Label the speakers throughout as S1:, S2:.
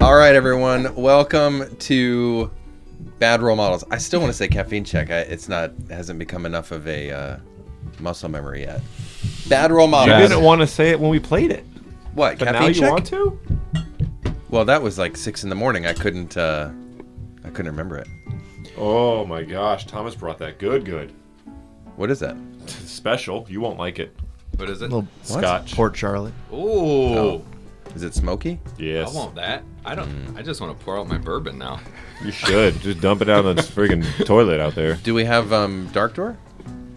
S1: All right, everyone, welcome to Bad Role Models. I still want to say caffeine check. I, it's not hasn't become enough of a uh, muscle memory yet. Bad Role
S2: You
S1: Models.
S3: Bad.
S2: didn't want to say it when we played it,
S1: what
S2: but
S1: caffeine
S2: now you
S1: check?
S2: want to.
S1: Well, that was like six in the morning. I couldn't. Uh, I couldn't remember it.
S3: Oh my gosh, Thomas brought that good, good.
S1: What is that?
S3: It's special. You won't like it.
S4: What is it?
S5: little
S1: What?
S3: Scotch.
S5: Port Charlotte.
S4: Ooh,
S1: Oh. Is it smoky?
S3: yes.
S4: I want that. I don't.
S1: Mm.
S4: I just want to pour out my bourbon now.
S3: You should just dump it out on this friggin' toilet out there.
S1: Do we have um, dark door?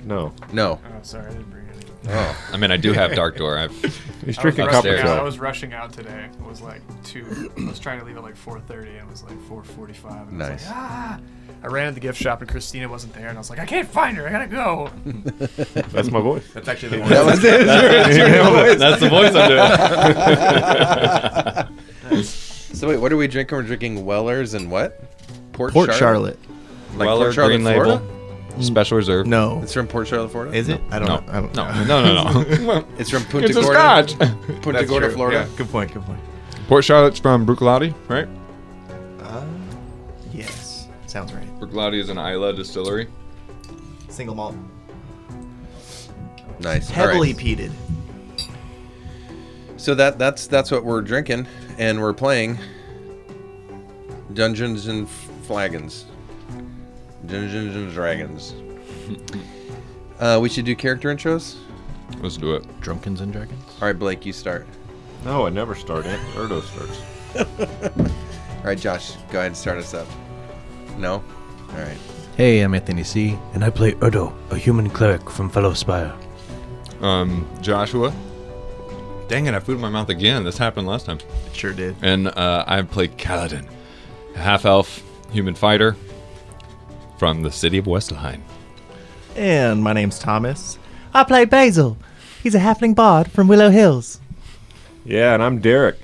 S3: No,
S1: No.
S6: Oh, sorry, I didn't bring anything.
S1: Oh,
S4: I mean, I do have Dark Door. I've,
S3: he's
S6: I was rushing
S3: drinking copper
S4: upstairs.
S6: out- I
S3: shot.
S6: was rushing out today. It was like two. I was trying to leave at like 4:30, and it was like 4:45. And I was
S1: Nice.
S6: like, ah! I ran to the gift shop, and Christina wasn't there, and I was like, I can't find her. I gotta go.
S3: That's my voice.
S4: That's actually the
S1: that was it.
S4: That's the voice I'm doing.
S1: So wait, what are we drinking? We're drinking Wellers and what? Port,
S5: Port Charlotte.
S1: Like
S4: Weller
S1: Port Charlotte,
S4: Green Label,
S1: Florida?
S4: Special Reserve.
S5: No.
S1: It's from Port Charlotte, Florida.
S5: Is it? I don't
S4: no,
S5: know. I don't
S4: no,
S5: know.
S4: no, no, no.
S1: It's from Punta
S4: it's a
S1: Gorda,
S4: Scotch.
S1: Punta Gorda, Florida.
S5: Good point, good point.
S4: Port Charlotte's from Bruichladdich, right?
S5: Uh, Yes. Sounds right.
S4: Bruichladdich is an Isla distillery.
S5: Single malt.
S1: Nice. All right.
S5: Heavily peated.
S1: So that that's that's what we're drinking and we're playing Dungeons and Flagons. Dungeons and Dragons. Uh, we should do character intros.
S4: Let's do it.
S5: Drunkens and Dragons.
S1: All right, Blake, you start.
S3: No, I never start it. Erdo starts.
S1: All right, Josh, go ahead and start us up. No. All right.
S7: Hey, I'm Anthony C. And I play Erdo, a human cleric from Fellowspire.
S4: Um, Joshua. Dang it! I food in my mouth again. This happened last time.
S5: Sure did.
S4: and uh, I play Kaladin, a half elf human fighter from the city of Westelheim.
S5: And my name's Thomas. I play Basil. He's a halfling bard from Willow Hills.
S3: Yeah, and I'm Derek.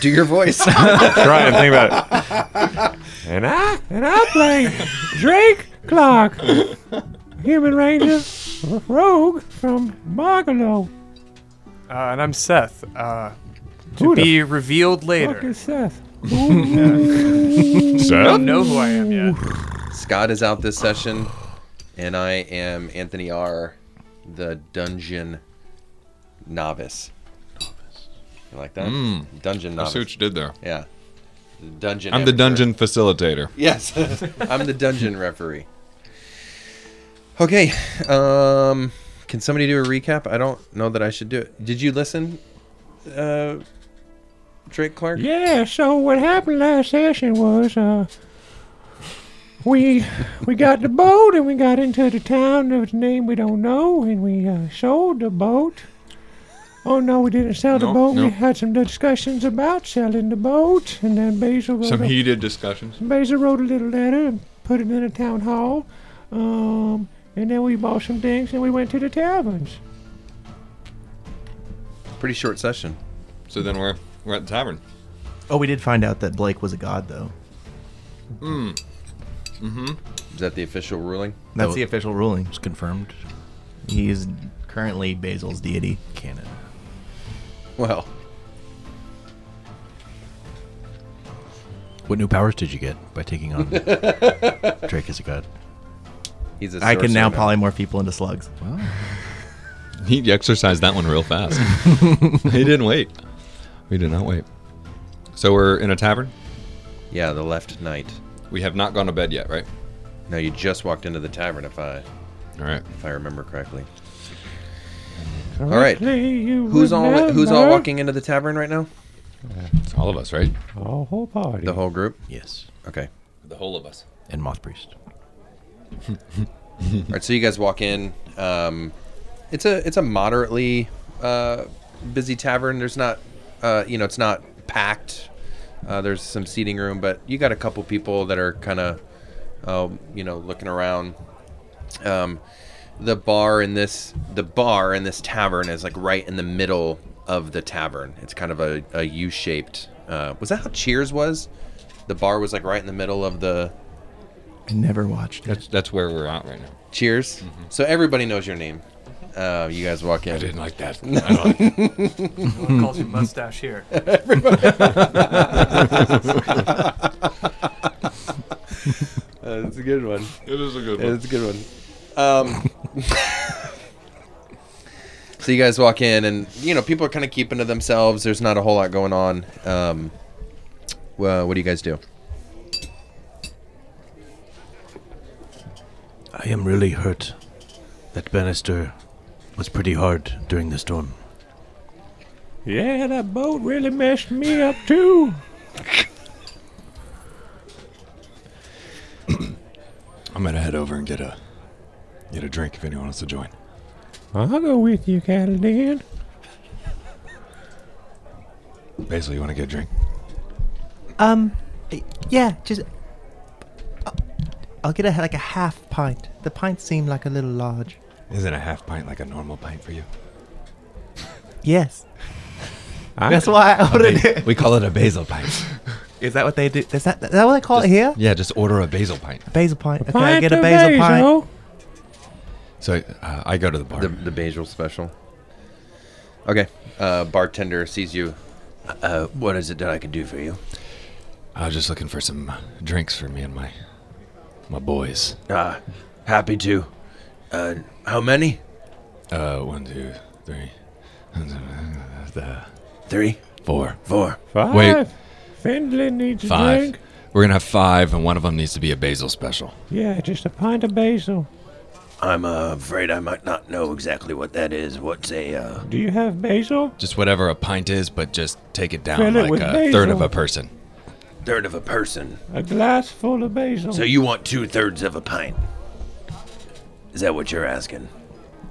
S1: Do your voice.
S3: Try and think about it. And I and I play Drake Clark, human ranger, rogue from Margalo.
S6: Uh, and I'm Seth. Uh, to
S3: Who the
S6: be revealed later.
S3: Seth?
S6: I don't know who I am yet.
S1: Scott is out this session, and I am Anthony R, the dungeon novice. You like that? Dungeon
S4: Hmm. I see what
S1: novice.
S4: you did there.
S1: Yeah. The Dungeon.
S4: I'm the
S1: amateur.
S4: dungeon facilitator.
S1: Yes, I'm the dungeon referee. Okay, um, can somebody do a recap? I don't know that I should do it. Did you listen, uh, Drake Clark?
S2: Yeah. So what happened last session was uh, we we got the boat and we got into the town whose name we don't know, and we uh, sold the boat. Oh no, we didn't sell the
S4: No,
S2: boat.
S4: no.
S2: We had some discussions about selling the boat, and then Basil wrote
S4: Some
S2: a-
S4: heated discussions.
S2: Basil wrote a little letter and put it in a town hall. Um, and then we bought some things and we went to the taverns.
S1: Pretty short session.
S4: So then we're we're at the tavern.
S5: Oh, we did find out that Blake was a god, though.
S4: Mm-hmm.
S1: Is that the official ruling?
S5: That's
S7: No.
S5: the official ruling.
S7: It's confirmed
S5: He is currently Basil's deity.
S7: canon.
S1: Well,
S7: What new powers did you get by taking on Drake as a god?
S1: he's a.
S5: I can now
S1: sorcerer
S5: polymorph people into slugs.
S4: He exercised that one real fast. he didn't wait. We did not wait. So we're in a tavern.
S1: Yeah, the left knight.
S4: We have not gone to bed yet, right?
S1: No, you just walked into the tavern, if I
S4: All right.
S1: if I remember correctly. All right, who's all who's all
S2: remember?
S1: walking into the tavern right now?
S4: It's all of us, right?
S2: Oh, whole party.
S1: The whole group.
S7: Yes.
S1: Okay.
S4: The whole of us.
S7: And Moth Priest.
S1: All right, so you guys walk in. Um, it's a it's a moderately uh, busy tavern. There's not, uh, you know, it's not packed. Uh, there's some seating room, but you got a couple people that are kind of, um, you know, looking around. Um, the bar in this the bar in this tavern is like right in the middle of the tavern. It's kind of a, a U shaped. Uh, was that how Cheers was? The bar was like right in the middle of the
S5: I never watched it.
S4: That's that's where we're at right now.
S1: Cheers. So everybody knows your name.
S4: Uh, you guys walk in.
S8: didn't like that. Mm-hmm. I don't-
S1: What calls your mustache here?
S4: Uh, that's a good one.
S8: it is a good
S4: Yeah,
S8: one.
S4: that's a good one. Um, so you guys walk in, and you know people are kind of keeping to themselves. There's not a whole lot going on. Um, well, what do you guys do?
S9: I am really hurt. That banister was pretty hard during the storm.
S2: Yeah, that boat really messed me up too.
S8: I'm gonna head over and get a get a drink if anyone wants to join.
S2: I'll go with you, Catalan.
S8: Basil, you want to get a drink?
S5: Um, yeah, just. I'll get a, like a half pint. The pints seem like a little large.
S8: Isn't a half pint like a normal pint for you?
S5: Yes.
S10: I-
S5: That's why I ordered it.
S11: we call it a basil pint.
S5: Is that what they do? Is that, is that what they call it here?
S11: Yeah, just order a basil pint.
S5: A basil pint. Okay, I
S2: Pint
S5: get a
S2: of
S5: basil, pint.
S11: So uh, I go to the bar.
S4: The, the basil special. Okay. Uh, bartender sees you. Uh, what is it that I can do for you?
S8: I was just looking for some drinks for me and my my boys.
S4: Uh, happy to. Uh, how many?
S8: Uh, one, two, three, the
S4: Three,
S8: four,
S4: four.
S2: Five.
S8: Wait.
S2: Findlay needs a
S8: five.
S2: drink.
S8: We're gonna have five, and one of them needs to be a basil special.
S2: Yeah, just a pint of basil.
S4: I'm uh, afraid I might not know exactly what that is. What's a uh,
S2: Do you have basil?
S8: Just whatever a pint is, but just take it down
S2: Fill it
S8: like
S2: with
S8: a third of
S2: basil.
S8: a person.
S4: third of a person?
S2: A glass full of basil.
S4: So you want two thirds of a pint? Is that what you're asking?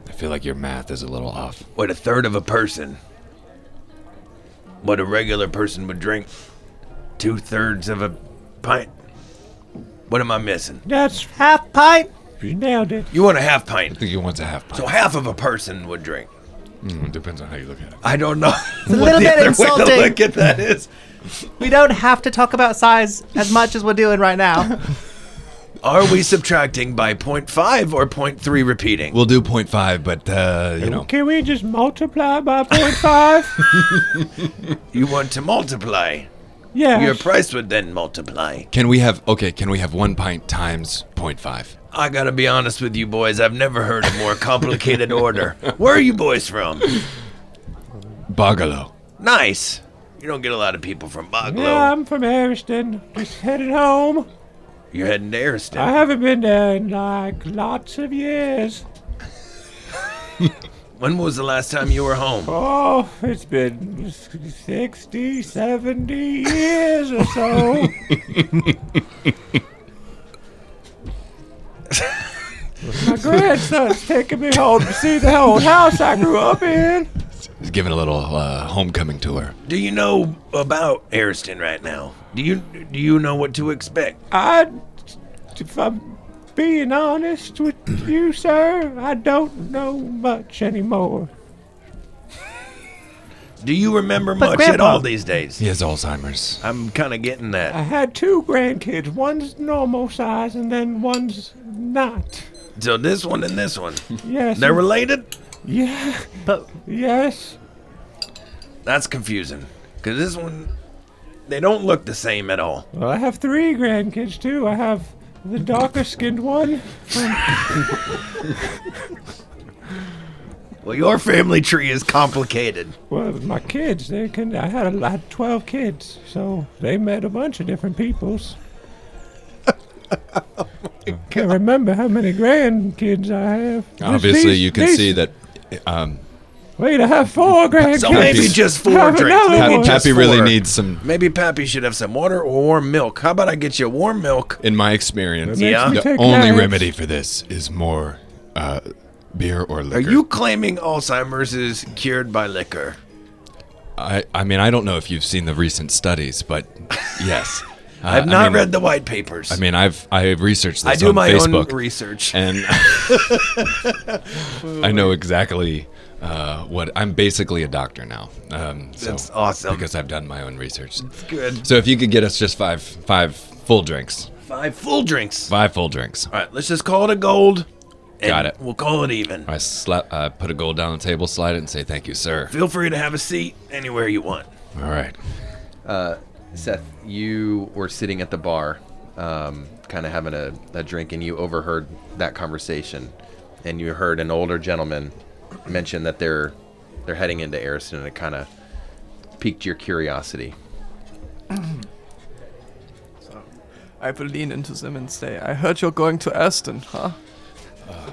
S8: I feel like your math is a little off.
S4: What a third of a person? What a regular person would drink? Two thirds of a pint? What am I missing?
S2: That's
S5: Half pint.
S2: you nailed it.
S4: You want a half
S8: I
S4: pint,
S8: think he wants a half pint.
S4: so half of a person would drink.
S8: Mm, depends on how you look at it.
S4: I don't know
S5: a little bit insulting.
S4: way to look at that is.
S5: We don't have to talk about size as much as we're doing right now.
S4: Are we subtracting by 0.5 or 0.3 repeating?
S8: We'll do 0.5, but uh, you know,
S2: Can we just multiply by point five?
S4: you want to multiply.
S2: yes.
S4: Your price would then multiply.
S8: can we have okay? Can we have one pint times 0.5?
S4: I gotta be honest with you boys, I've never heard a more complicated order. Where are you boys from?
S8: Bogalo.
S4: Nice. You don't get a lot of people from Boglow.
S2: yeah, I'm from Harrison. Just headed home.
S4: You're heading to Ariston.
S2: I haven't been there in like lots of years.
S4: when was the last time you were home?
S2: Oh, it's been 60, 70 years or so. My grandson's taking me home to see the old house I grew up in.
S8: He's giving a little uh, homecoming tour.
S4: Do you know about Ariston right now? Do you do you know what to expect?
S2: I, if I'm being honest with you, sir, I don't know much anymore.
S4: Do you remember much at
S5: Grandpa-
S4: all these days?
S8: He has Alzheimer's.
S4: I'm kind of getting
S2: I
S4: that.
S2: had two grandkids. One's normal size and then one's not.
S4: So this one and this one,
S2: Yes.
S4: they're related.
S2: yeah.
S5: But
S2: Yes.
S4: That's confusing, cause this one, they don't look the same at all.
S2: Well, I have three grandkids too. I have the darker skinned one.
S4: Well, your family tree is complicated.
S2: Well, my kids, they can. I had a lot, twelve kids, so they met a bunch of different peoples. Can't remember how many grandkids I have. Just
S11: Obviously,
S2: these-
S11: you can
S2: these-
S11: see that um,
S2: Wait, I have four grandkids.
S4: So maybe just four
S2: Have
S4: drinks.
S2: another
S11: Pap-
S2: one.
S4: Maybe just
S11: Pappy really
S4: four.
S11: needs some.
S4: Maybe Pappy should have some water or warm milk. How about I get you warm milk?
S11: In my experience,
S2: Makes
S4: Yeah.
S2: me
S4: The
S2: take
S8: Only
S2: naps.
S8: remedy for this is more uh, beer or
S4: Are
S8: liquor.
S4: you claiming Alzheimer's is cured by liquor?
S11: I, I mean, I don't know if you've seen the recent studies, but yes, Uh,
S4: I've
S11: I
S4: not
S11: mean-
S4: read the white papers.
S11: I mean, I've I've researched this
S4: I do
S11: on
S4: my
S11: Facebook,
S4: own research.
S11: and I know exactly uh, what I'm basically a doctor now. Um, so,
S4: That's awesome.
S11: because I've done my own research.
S4: Good.
S11: So if you could get us just five five full drinks,
S4: Five full drinks.
S11: five full drinks.
S4: All right, let's just call it a gold.
S8: and Got it.
S1: We'll call it even.
S8: I slap.
S11: uh,
S8: I put a gold down on the table, slide it, and say thank you, sir.
S1: Feel free to have a seat anywhere you want.
S8: All right.
S1: Uh, Seth, you were sitting at the bar, um, kind of having a, a drink, and you overheard that conversation, and you heard an older gentleman mention that they're they're heading into Ariston, and it kind of piqued your curiosity.
S6: I will lean into them and say, I heard you're going to Aston, huh? Uh,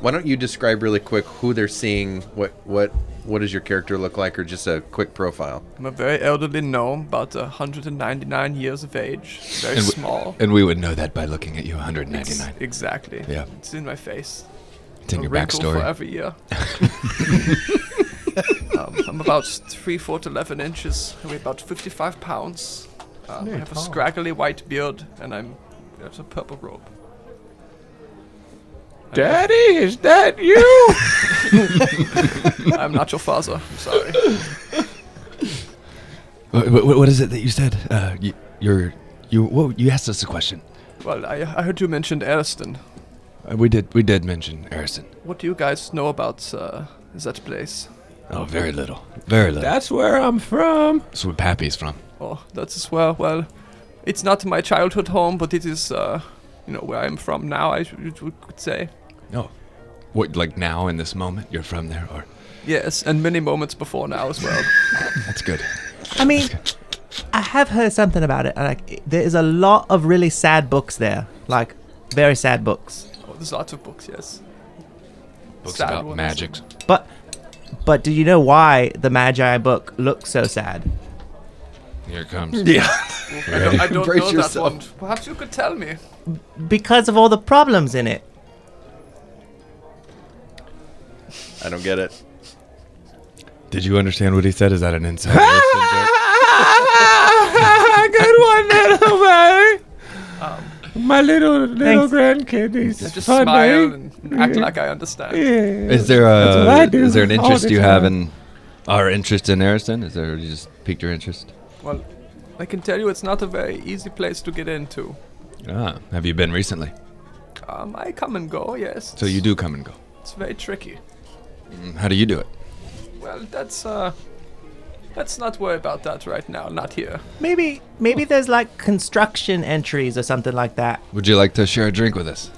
S1: Why don't you describe really quick who they're seeing? What what what does your character look like, or just a quick profile?
S6: I'm a very elderly gnome, about 199 years of age, very
S8: And we-
S6: small.
S8: And we would know that by looking at you.
S6: It's-
S8: 199.
S6: Exactly.
S8: Yeah.
S6: It's in my face.
S8: It's in
S6: a
S8: your
S6: wrinkle for
S8: backstory.
S6: every year. um, I'm about three foot eleven inches. I weigh about fifty-five pounds. Um, I have a scraggly white beard, and I'm there's a purple robe.
S2: Daddy, is that you?
S6: I'm not your father. I'm sorry.
S8: What, what is it that you said? Uh, you, you're you. Whoa, you asked us a question.
S6: Well, I, I heard you mentioned Ariston.
S8: Uh, we did. We did mention Arison.
S6: What do you guys know about uh, that place?
S8: Oh, very little. Very little.
S2: That's where I'm from.
S8: That's where Pappy's from.
S6: Oh, that is where. Well, it's not my childhood home, but it is, uh, you know, where I'm from now. I should- you could say.
S8: No. What, like now in this moment, you're from there, or
S6: Yes, and many moments before now as well.
S8: that's good.
S5: I mean, I have heard something about it. and, Like, it- there is a lot of really sad books there. Like, very sad books.
S6: Oh, there's lots of books. Yes.
S8: Books
S6: Sad
S8: about
S6: ones.
S8: magic.
S5: But, but do you know why the Magi book looks so sad?
S8: Here it comes.
S6: I don't, I don't
S1: Brace
S6: know
S1: yourself.
S6: that one. Perhaps you could tell me.
S5: Because of all the problems in it.
S1: I don't get it.
S8: Did you understand what he said? Is that an inside Arison
S2: Good
S8: joke?
S2: one, little man. My little little grandkid is
S6: I just
S2: funny.
S6: smile and act like I understand.
S2: Yeah.
S4: Is there
S2: That's what I
S4: a
S2: do
S4: is there an
S2: all
S4: interest
S2: the
S4: you have
S2: time.
S4: in our interest in Ariston? Is there you just piqued your interest?
S6: Well, I can tell you it's not a very easy place to get into.
S8: Ah, have you been recently?
S6: Um, I come and go. Yes.
S4: So you do come and go.
S6: It's very tricky.
S8: Mm, How do you do it?
S6: Well, that's uh, let's not worry about that right now. Not here.
S5: Maybe, maybe there's like construction entries or something like that.
S8: Would you like to share a drink with us?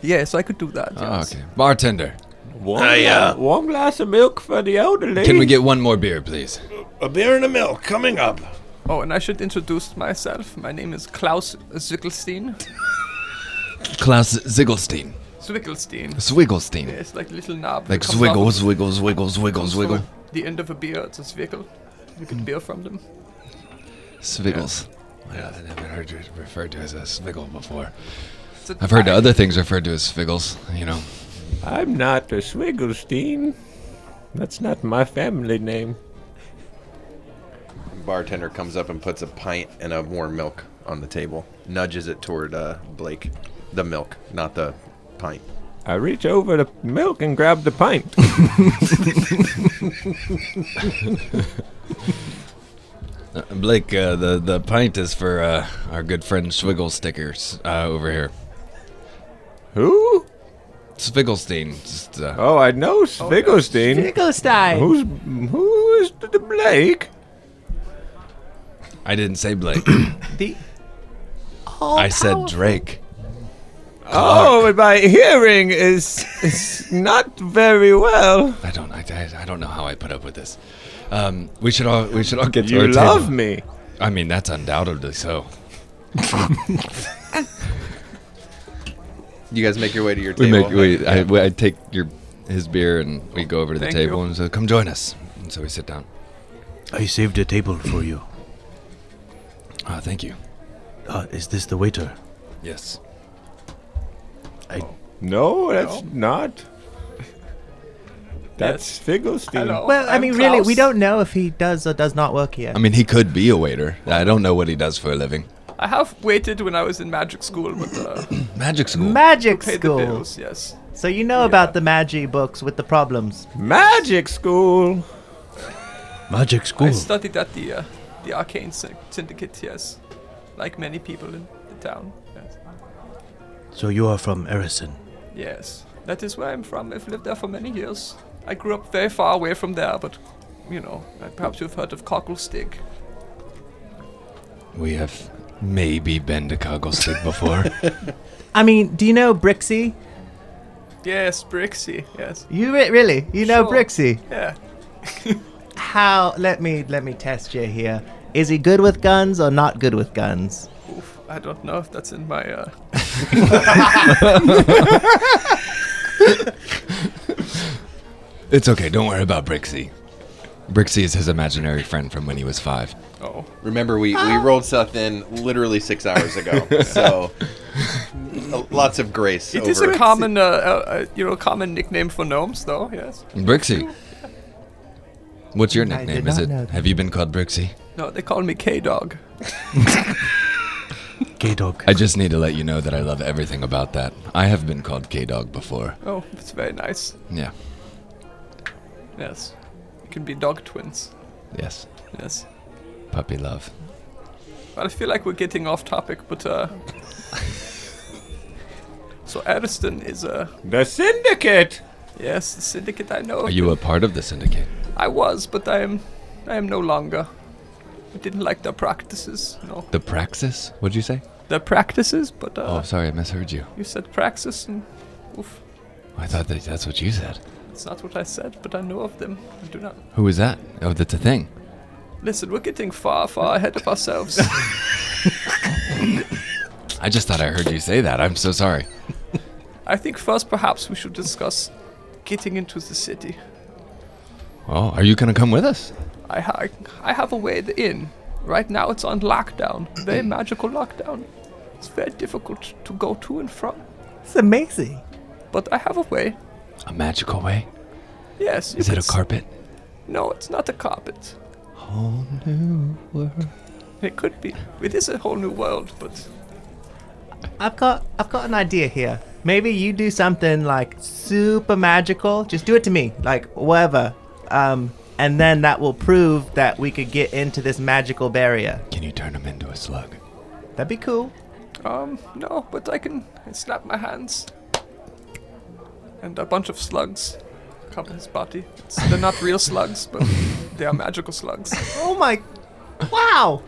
S6: Yes, I could do that.
S8: Ah,
S6: yes. uh,
S8: okay. Bartender,
S2: One,
S7: uh,
S2: one glass of milk for the elderly.
S8: can we get one more beer, please?
S7: A beer and a milk coming up.
S6: Oh, and I should introduce myself. My name is Klaus Zwickelstein.
S8: Klaus Ziggelstein.
S6: Zwickelstein.
S8: Swigglestein.
S6: Yes, like little knob. that
S8: Like
S6: comes
S8: swiggle,
S6: off-
S8: swiggle, swiggle, swiggle,
S6: comes from
S8: swiggle.
S6: a- The end of a beer. It's a Zwickel. You get beer from them.
S8: Sviggles. Yeah, I never heard it referred to as a sviggle before.
S6: It's a-
S8: I've heard other things referred to as sviggles, you know.
S2: I'm not a Swigglestein. That's not my family name.
S1: Bartender comes up and puts a pint and a warm milk on the table, nudges it toward uh, Blake, the milk, not the pint.
S2: I reach over the milk and grab the pint.
S8: Uh, Blake, uh, the, the pint is for uh, our good friend Swiggle Stickers uh, over here.
S2: Who?
S8: Swigglestein. Just, uh, Oh,
S2: Oh, I know Swigglestein.
S5: Finkelstein.
S2: Who's who is the, the Blake?
S8: I didn't say Blake.
S5: The
S8: I said Drake.
S2: Oh, but my hearing is is not very well.
S8: I don't. I, I, I don't know how I put up with this. Um, we should all. We should all get to
S2: You
S8: our
S2: love
S8: table.
S2: me.
S8: I mean, that's undoubtedly so.
S1: You guys make your way to your
S4: We make
S1: table.
S4: we I, we- I take your his beer and we go over to the
S6: Thank
S4: table
S6: you.
S4: and
S8: So come join us. And so we sit down.
S7: I saved a table for you.
S8: Ah, thank you.
S7: Uh, is this the waiter?
S8: Yes.
S2: No, that's not. That's Finkelstein.
S6: Hello.
S5: Well, i
S6: I'm
S5: mean, really, we
S6: Klaus.
S5: don't know if he does or does not work here.
S4: I mean he could be a waiter. I don't know what he does for a living.
S6: I have waited when I was in magic school, but uh,
S8: Magic school.
S5: Magic
S6: paid the
S5: school.
S6: bills. Yes.
S5: So you know about the Magi books with the problems.
S2: Magic school.
S7: Magic school.
S6: I studied at the uh, the arcane syn- syndicate. Yes, like many people in the town. Yes.
S7: So you are from Erison.
S6: Yes, that is where I'm from. I've lived there for many years. I grew up very far away from there, but you know, uh, perhaps you've heard of Cocklestick.
S8: We have maybe been to Cogglestick before.
S5: I mean, do you know Brixie?
S6: Yes, Brixie. Yes.
S5: You re- really? You know
S6: Sure.
S5: Brixie?
S6: Yeah.
S5: How? Let me let me test you here. Is he good with guns or not good with guns?
S6: Oof, I don't know if that's in my. Uh...
S8: it's okay. Don't worry about Brixie. Brixie is his imaginary friend from when he was five.
S6: Oh,
S1: Remember, we, we rolled stuff in literally six hours ago, so lots of grace.
S6: it
S1: over
S6: is a common, uh, uh, uh, you know, common nickname for gnomes, though. Yes.
S8: Brixie. What's your
S5: I did
S8: nickname? Is
S5: not
S8: it?
S5: know that.
S8: Have you been called Brixie?
S6: No, they call me K Dog.
S7: Gay dog.
S8: I just need to let you know that I love everything about that. I have been called K Dog before.
S6: Oh, it's very nice.
S8: Yeah.
S6: Yes. It can be dog twins.
S8: Yes.
S6: Yes.
S8: Puppy love.
S6: But I feel like we're getting off topic, but uh. so Ariston is a
S3: The syndicate.
S6: yes, the syndicate I know.
S8: Are
S6: of.
S8: you a part of the syndicate?
S6: I was, but I am, I am no longer. I didn't like their practices. No,
S8: The Praxis? What'd you say?
S6: their practices, but uh,
S8: oh, sorry, I misheard you.
S6: you said praxis, and oof,
S8: I thought that that's what you said.
S6: it's not what I said. But I know of them. I do not
S8: Who is that? Oh, that's a thing.
S6: listen. We're getting far, far ahead of ourselves.
S8: I just thought I heard you say that. I'm so sorry.
S6: I think first, perhaps we should discuss getting into the city.
S8: Oh, are you gonna come with us?
S6: I, ha- I have a way in. Right now, it's on lockdown. Very magical lockdown. It's very difficult to go to and from.
S5: It's amazing.
S6: But I have a way.
S8: A magical way?
S6: Yes. you
S8: Is it
S6: could
S8: a
S6: s-
S8: carpet?
S6: No, it's not a carpet.
S8: Whole new world.
S6: It could be. It is a whole new world, but
S5: I've got I've got an idea here. Maybe you do something like super magical. Just do it to me, like whatever. Um, and then that will prove that we could get into this magical barrier.
S8: Can you turn him into a slug?
S5: That'd be cool.
S6: um, no. But I can I snap my hands, and a bunch of slugs cover his body. It's, they're not real slugs, but they are magical slugs.
S5: Oh my! Wow!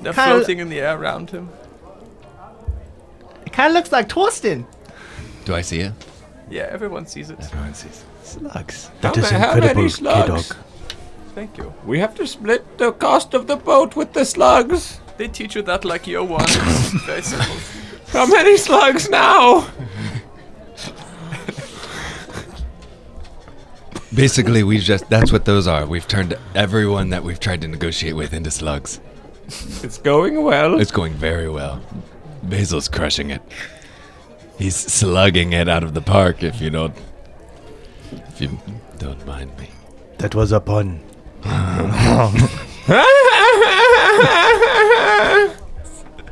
S6: They're
S5: Kinda-
S6: floating in the air around him.
S5: It kind of looks like Torsten.
S8: Do I see it?
S6: Yeah, everyone sees it.
S8: Everyone sees slugs.
S7: That
S3: How
S7: is
S3: ma- how many
S7: incredible, gay dog.
S3: slugs?
S6: Thank you.
S3: We have to split the cost of the boat with the slugs.
S6: They teach you that like year one. It's very simple.
S3: How many slugs now?
S8: Basically, we've just—that's what those are. We've turned everyone that we've tried to negotiate with into slugs.
S3: It's going well.
S8: It's going very well. Basil's crushing it. He's slugging it out of the park. If you don't, if you don't mind me.
S7: That was a pun.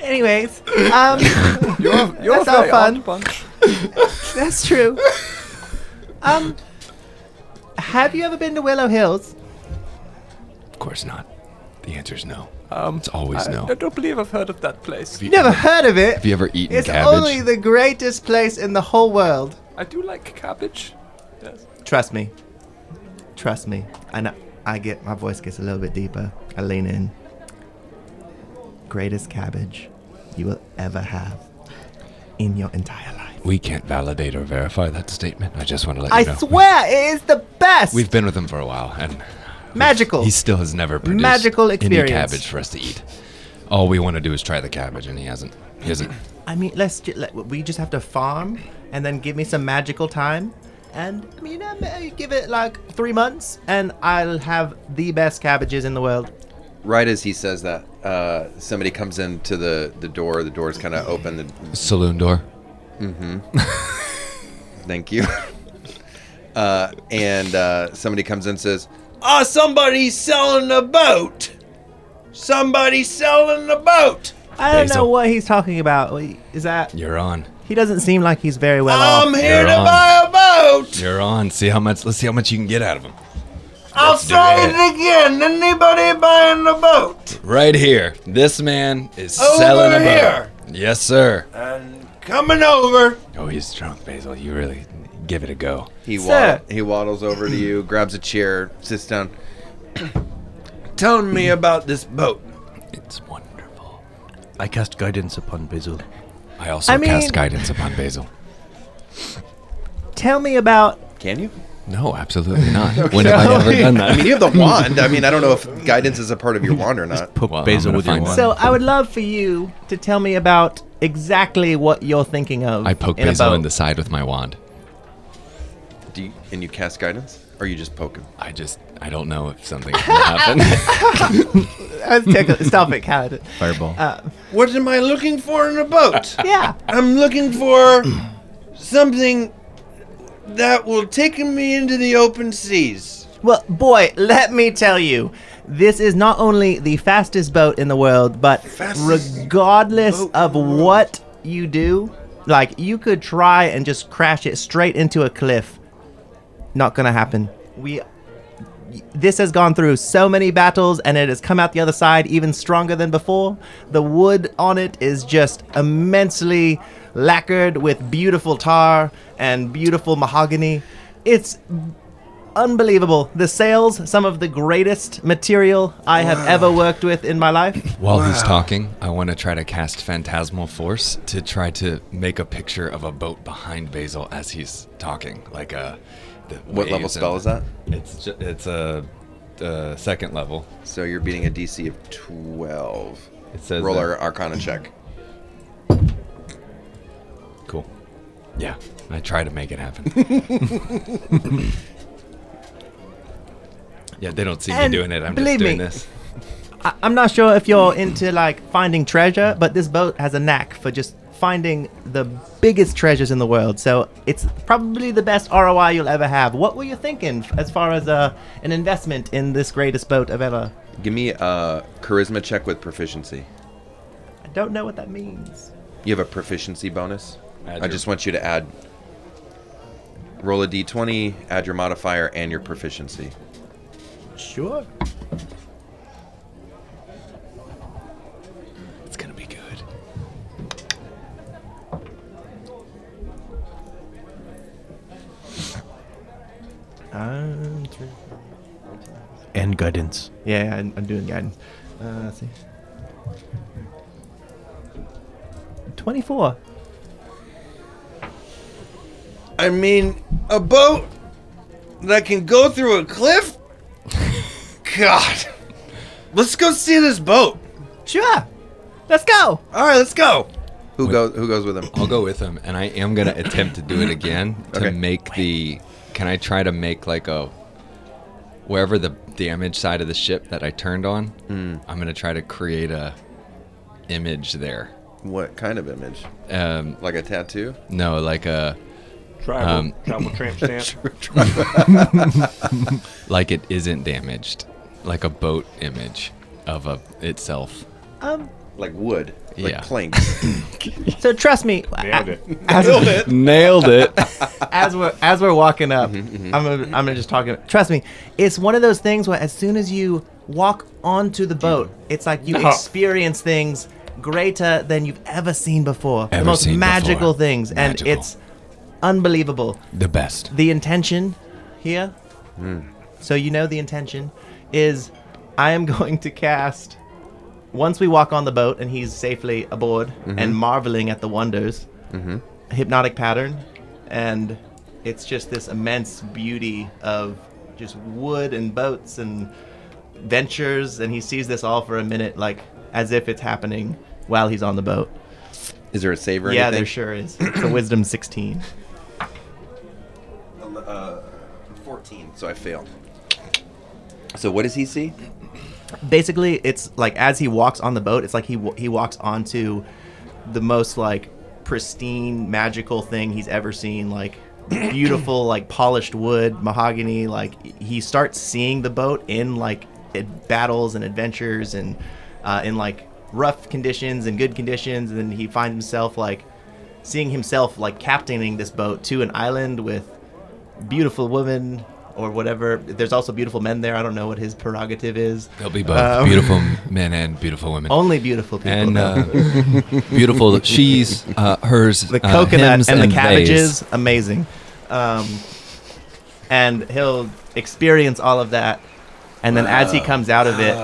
S5: Anyways, um,
S6: You're
S5: That's
S6: a
S5: not
S6: very
S5: fun.
S6: odd bunch.
S5: that's true. Um, have you ever been to Willow Hills?
S8: Of course not. The answer's no.
S6: Um,
S8: It's always
S6: I,
S8: no.
S6: I don't believe I've heard of that place.
S8: you
S5: Never
S8: ever,
S5: heard of it.
S8: have you ever eaten
S5: It's
S8: cabbage?
S5: only the greatest place in the whole world.
S6: I do like cabbage. Yes.
S5: Trust me. Trust me. I know. I get my voice gets a little bit deeper. I lean in. Greatest cabbage you will ever have in your entire life.
S8: we can't validate or verify that statement. I just want to let
S5: I
S8: you know.
S5: swear it is the best.
S8: We've been with him for a while, and
S5: magical.
S8: he still has never produced
S5: Magical experience.
S8: any cabbage for us to eat. All we want to do is try the cabbage, and he hasn't. He hasn't.
S5: I mean, let's ju- let, we just have to farm and then give me some magical time. And I mean, I may give it like three months, and I'll have the best cabbages in the world.
S1: Right as he says that, uh, somebody comes into the, the door. The door's kind of open. The,
S8: Saloon door.
S1: Mm-hmm. thank you. Uh, and uh, somebody comes in and says, Ah, somebody's selling a boat. Somebody's selling a boat.
S5: I don't know
S8: Basil.
S5: what he's talking about. Is that
S8: You're on.
S5: he doesn't seem like he's very
S7: Um,
S5: well off.
S1: I'm here
S8: You're
S1: to
S8: on.
S1: buy a boat.
S8: You're on. See how much. Let's see how much you can get out of him.
S12: I'll say it again. Anybody buying a boat?
S8: Right here. This man is
S12: Over
S8: selling a boat.
S12: here.
S8: Yes, sir.
S12: And coming over.
S8: Oh, he's drunk, Basil. You really give it a go.
S1: He
S5: Sir.
S1: waddle, he waddles over to you, grabs a chair, sits down. Tell me about this boat.
S8: It's wonderful.
S7: I cast guidance upon Basil.
S8: I also
S5: I mean-
S8: cast guidance upon Basil.
S5: Tell me about.
S1: Can you?
S8: No, absolutely not. When have I ever done
S1: I mean,
S8: that?
S1: you have the wand. I mean, I don't know if guidance is a part of your wand or not.
S7: Poke
S8: Well, I'm
S7: Basil
S8: gonna
S7: with your
S8: find
S7: wand.
S5: So I would love for you to tell me about exactly what you're thinking of.
S8: I poke
S5: in a
S8: Basil
S5: boat.
S8: in the side with my wand.
S1: Do you, and you cast guidance, or you just poke him?
S8: I just, I don't know if something will happen.
S5: Let's take a- Stop it, Khaled.
S7: Fireball.
S1: What am I looking for in a boat?
S5: Uh, Yeah.
S1: I'm looking for something that will take me into the open seas.
S5: Well, boy, let me tell you, this is not only the fastest boat in the world, but regardless of what you do, like you could try and just crash it straight into a cliff. Not gonna happen. We. This has gone through so many battles and it has come out the other side even stronger than before. The wood on it is just immensely lacquered with beautiful tar and beautiful mahogany. It's unbelievable. The sails, some of the greatest material I have ever worked with in my life.
S8: While he's talking, I want to try to cast Phantasmal Force to try to make a picture of a boat behind Basil as he's talking, like a. The
S1: What level
S8: waves
S1: spell
S8: and-
S1: is that?
S8: It's ju- it's a, uh second level.
S1: So you're beating a DC of 12.
S8: It says
S1: Roll
S8: that-
S1: our Arcana check.
S8: Cool. Yeah, I try to make it happen. yeah, they don't see
S5: And
S8: me doing it. I'm
S5: believe
S8: just doing
S5: me-
S8: this.
S5: I- I'm not sure if you're into like finding treasure, but this boat has a knack for just finding the biggest treasures in the world. So it's probably the best ROI you'll ever have. What were you thinking as far as uh, an investment in this greatest boat I've ever?
S1: Give me a charisma check with proficiency.
S5: I don't know what that means.
S1: You have a proficiency bonus.
S8: Add
S1: I
S8: your-
S1: just want you to add. Roll a d20, add your modifier and your proficiency.
S5: Sure.
S8: It's gonna be good.
S5: Um, true.
S7: and guidance.
S5: Yeah, I'm, I'm doing guidance. Uh, let's see. 24.
S1: I mean, a boat that can go through a cliff? God. Let's go see this boat.
S5: Sure. Let's go.
S1: All right, let's go. Who goes who goes with him?
S8: I'll go with him, and I am gonna attempt to do it again to
S1: Okay.
S8: make the. Can I try to make like a wherever the damage side of the ship that I turned on?
S1: Hmm.
S8: I'm gonna try to create a image there.
S1: What kind of image?
S8: Um,
S1: Like a tattoo?
S8: no, like a
S3: Tribal,
S8: Um,
S3: tribal tramp stamp.
S8: like it isn't damaged, like a boat image of a itself.
S5: Um,
S1: Like wood. Like
S8: Yeah.
S1: planks.
S5: so trust me.
S3: Nailed it.
S5: As,
S8: Nailed it. Mm-hmm,
S5: as we're as we're walking up, I'm gonna, I'm gonna just talking. Trust me, it's one of those things where as soon as you walk onto the
S8: Mm.
S5: boat, it's like you
S3: No.
S5: experience things greater than you've ever seen before. the
S8: Ever
S5: most
S8: seen
S5: magical
S8: before.
S5: things,
S8: Magical.
S5: and it's unbelievable.
S8: the best.
S5: the intention here,
S3: Hmm.
S5: so you know the intention, is I am going to cast. Once we walk on the boat and he's safely aboard and marveling at the wonders, hypnotic pattern, and it's just this immense beauty of just wood and boats and ventures, and he sees this all for a minute, like as if it's happening while he's on the boat.
S1: Is there a save or
S5: yeah,
S1: anything?
S5: there sure is. It's a wisdom 16.
S1: 14, Uh, so I fail. So what does he see?
S5: basically it's like as he walks on the boat it's like he wa- he walks onto the most like pristine magical thing he's ever seen like beautiful like polished wood mahogany like he starts seeing the boat in like ad- battles and adventures and uh, in like rough conditions and good conditions and then he finds himself like seeing himself like captaining this boat to an island with beautiful woman or whatever. There's also beautiful men there. I don't know what his prerogative is.
S8: They'll be both
S5: Um,
S8: beautiful men and beautiful women.
S5: Only beautiful people.
S8: and
S5: though.
S8: uh, beautiful she's uh, hers
S5: the
S8: uh,
S5: coconut
S8: hims
S5: and, the
S8: theys.
S5: cabbages amazing um, and he'll experience all of that and then as he comes out of it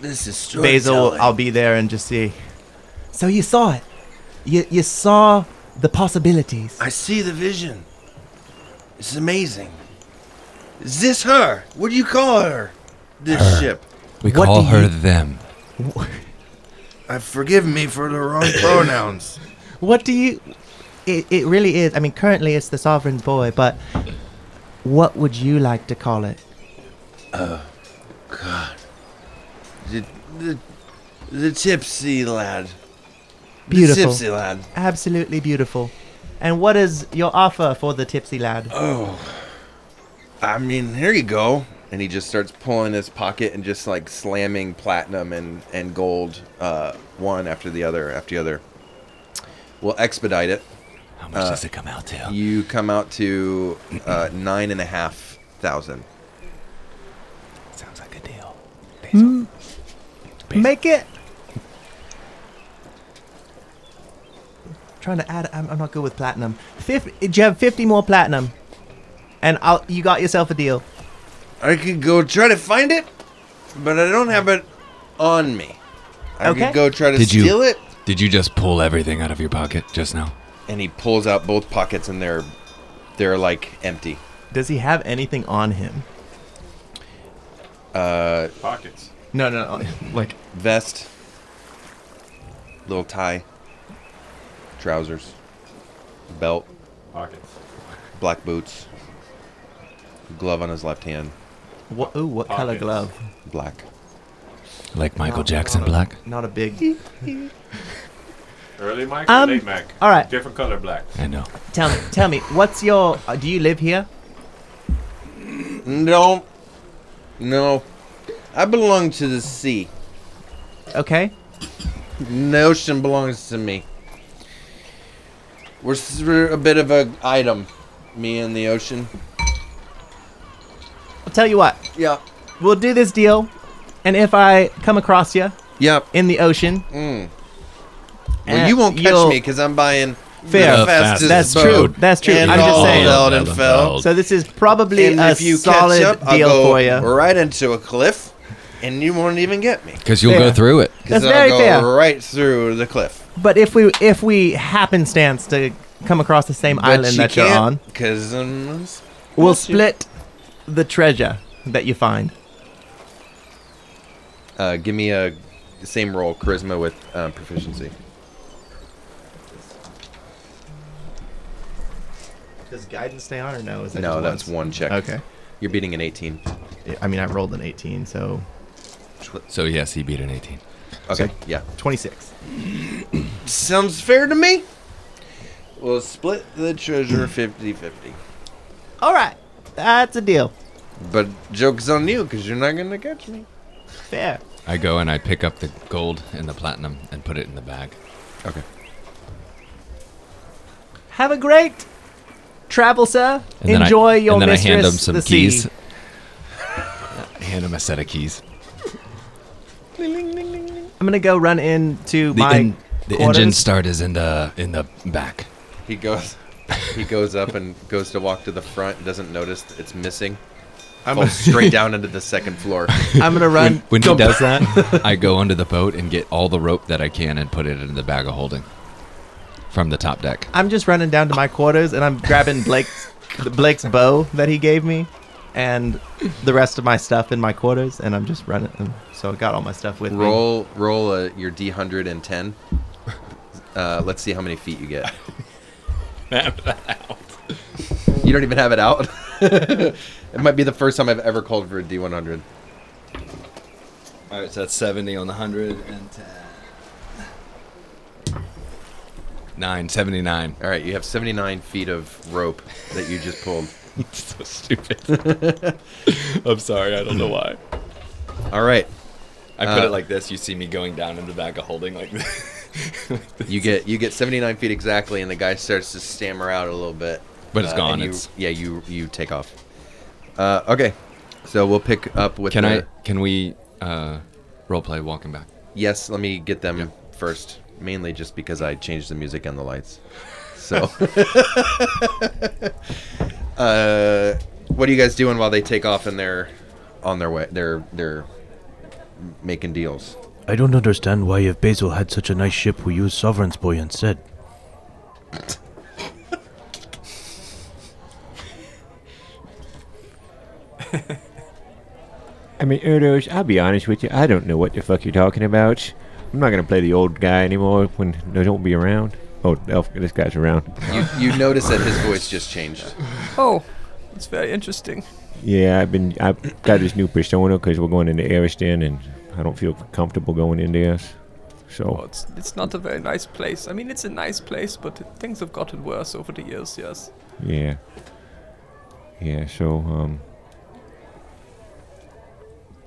S7: This is
S5: basil i'll be there and just see so you saw it you, you saw the possibilities
S7: I see the vision. It's amazing. Is this her? What do you call her? This ship.
S8: we
S5: What
S8: call
S5: do
S8: her
S5: you-
S8: them
S7: I forgive me for the wrong pronouns.
S5: what do you it, it really is i mean currently it's the sovereign's boy but what would you like to call it
S7: The, the, the tipsy lad. The
S5: beautiful
S7: tipsy lad.
S5: absolutely beautiful and what is your offer for the tipsy lad
S1: Oh. I mean, here you go. And he just starts pulling his pocket and just like slamming platinum and and gold, uh, one after the other after the other. We'll expedite it. Uh,
S8: how much does it come out to
S1: You come out to uh, nine and a half thousand.
S8: sounds like a deal
S5: Hmm. Make it. Trying to add. I'm, I'm not good with platinum. Fifty. Do you have fifty more platinum? And I'll. You got yourself a deal.
S1: I could go try to find it, but I don't have it on me. I
S5: Okay.
S1: could go try to
S8: Did you-
S1: steal it.
S8: did you just pull everything out of your pocket just now
S1: And he pulls out both pockets and they're they're like empty.
S5: Does he have anything on him?
S1: Uh,
S9: Pockets.
S5: No, no. no, Like
S1: vest, little tie, trousers, belt,
S9: Pockets.
S1: black boots, glove on his left hand,
S5: what? Ooh, what color
S9: Pockets.
S5: glove?
S1: black.
S8: like michael
S5: No,
S8: jackson
S5: no.
S8: black
S5: Not a big.
S9: Early Mike
S5: Um,
S9: or late Mac?
S5: all right.
S9: Different color black.
S8: i know
S5: tell me. Tell me. What's your? Uh, do you live here?
S1: No, no, I belong to the sea.
S5: Okay.
S1: The ocean belongs to me. We're, s- we're a bit of a item, me and the ocean.
S5: I'll tell you what.
S1: Yeah.
S5: We'll do this deal. And if I come across you
S1: Yep.
S5: in the ocean,
S1: Mm.
S5: eh,
S1: Well, you won't catch
S5: you'll-
S1: me because I'm buying
S5: Fair.
S1: the
S5: The
S1: fastest
S5: That's
S1: boat.
S5: true. That's true.
S1: And
S5: I'm just
S1: all
S5: saying.
S1: held and fell.
S5: So this is probably
S1: and
S5: a
S1: if you
S5: solid
S1: catch up,
S5: deal
S1: I'll go
S5: for you.
S1: right into a cliff, and you won't even get me
S8: because you'll
S5: Fair.
S8: go through it
S1: because
S5: That's
S1: I'll
S5: very
S1: go
S5: fair.
S1: right through the cliff.
S5: But if we if we happenstance to come across the same island that you're on,
S1: because um,
S5: we'll split the treasure that you find.
S1: uh, give me a same roll charisma with um, proficiency.
S5: Does guidance stay on or no? Is
S1: No, that's one check.
S5: Okay.
S1: you're beating an 18.
S5: I mean, I rolled an 18, so
S8: so yes he beat an 18
S1: Okay, yeah.
S5: 26.
S1: Sounds fair to me. We'll split the treasure 50-50.
S5: All right, that's a deal.
S1: But joke's on you because you're not gonna catch me.
S5: Fair.
S8: i go and i pick up the gold and the platinum and put it in the bag
S1: Okay.
S5: Have a great travel, sir.
S8: and then I-
S5: Enjoy your
S8: and then
S5: mistress,
S8: i hand him some
S5: the
S8: keys
S5: sea.
S8: I hand him a set of keys
S5: I'm gonna go run into
S8: the,
S5: my
S8: en- the
S5: quarters.
S8: engine start is in the in the back
S1: He goes. He goes up and goes to walk to the front. Doesn't notice that it's missing. falls straight down into the second floor.
S5: I'm gonna run.
S8: When he does that, I go under the boat and get all the rope that I can and put it in the bag of holding from the top deck.
S5: I'm just running down to my quarters and I'm grabbing Blake's Blake's bow that he gave me and the rest of my stuff in my quarters and I'm just running and so I got all my stuff with me.
S1: Roll, roll uh your D hundred and ten. Uh, let's see how many feet you get. You don't even have it out. it might be the first time I've ever called for a D one hundred.
S8: All right, so that's 70 on the 110. 979.
S1: All right, you have seventy nine feet of rope that you just pulled.
S8: so stupid. I'm sorry, I don't know why.
S1: All right, Uh,
S8: I
S1: put it
S8: like this. You see me going down in the bag of holding like this.
S1: you get you get seventy nine feet exactly, and the guy starts to stammer out a little bit.
S8: But it's
S1: Uh,
S8: gone.
S1: and you-
S8: It's
S1: yeah, you you take off. Uh, okay, so we'll pick up with.
S4: Can
S1: the,
S4: I? Can we uh, roleplay walking back?
S1: Yes, let me get them first. Mainly just because I changed the music and the lights. So, uh, what are you guys doing while they take off and they're on their way? They're they're making deals.
S9: I don't understand why, if Basil had such a nice ship, we used Sovereign's Boy instead.
S3: I mean, Erdos, I'll be honest with you. I don't know what the fuck you're talking about. I'm not going to play the old guy anymore when they don't be around. Oh, elf, this guy's around.
S1: You you notice that his voice just changed.
S6: Oh, it's very interesting.
S3: Yeah, I've been. I've got this new persona because we're going into Aristan, and I don't feel comfortable going in there.
S6: Well,
S3: So,
S6: it's, it's not a very nice place. I mean, it's a nice place, but it, things have gotten worse over the years, yes.
S3: yeah, yeah. So, um,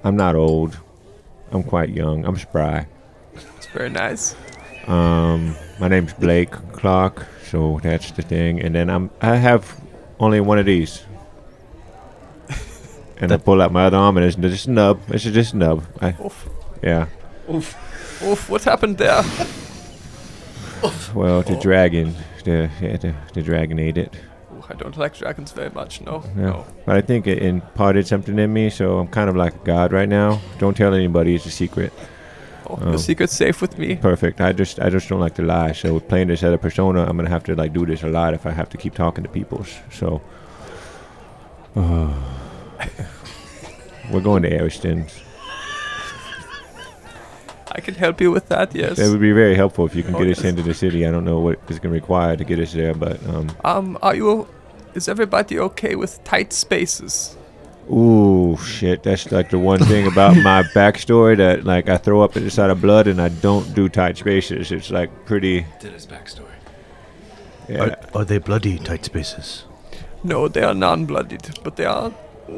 S3: I'm not old. I'm quite young. I'm spry.
S6: It's very nice.
S3: Um, my name's Blake Clark, so that's the thing. And then I'm I have only one of these. And I pull out my other arm, and it's just a nub. It's just a nub. I,
S6: Oof.
S3: yeah.
S6: Oof. Oof, what happened there?
S3: Well, the dragon, the, yeah, the the dragon ate it.
S6: Ooh, I don't like dragons very much, no.
S3: No. But I think it imparted something in me, so I'm kind of like a god right now. Don't tell anybody; it's a secret.
S6: Oh,
S3: Oh.
S6: The secret's safe with me.
S3: Perfect. I just I just don't like to lie. So with playing this other persona, I'm gonna have to like do this a lot if I have to keep talking to people. S- So we're going to Ariston.
S6: I can help you with that, yes.
S3: That would be very helpful if you can
S6: Oh,
S3: get us
S6: yes.
S3: into the city. I don't know what is gonna require to get us there, but um,
S6: Um, are you. Is everybody okay with tight spaces?
S3: Ooh, shit. That's like the one thing about my backstory that, like, I throw up at the side of blood and I don't do tight spaces. It's like pretty.
S8: Did his backstory.
S3: Yeah.
S9: Are, are they bloody tight spaces?
S6: No, they are non bloodied, but they are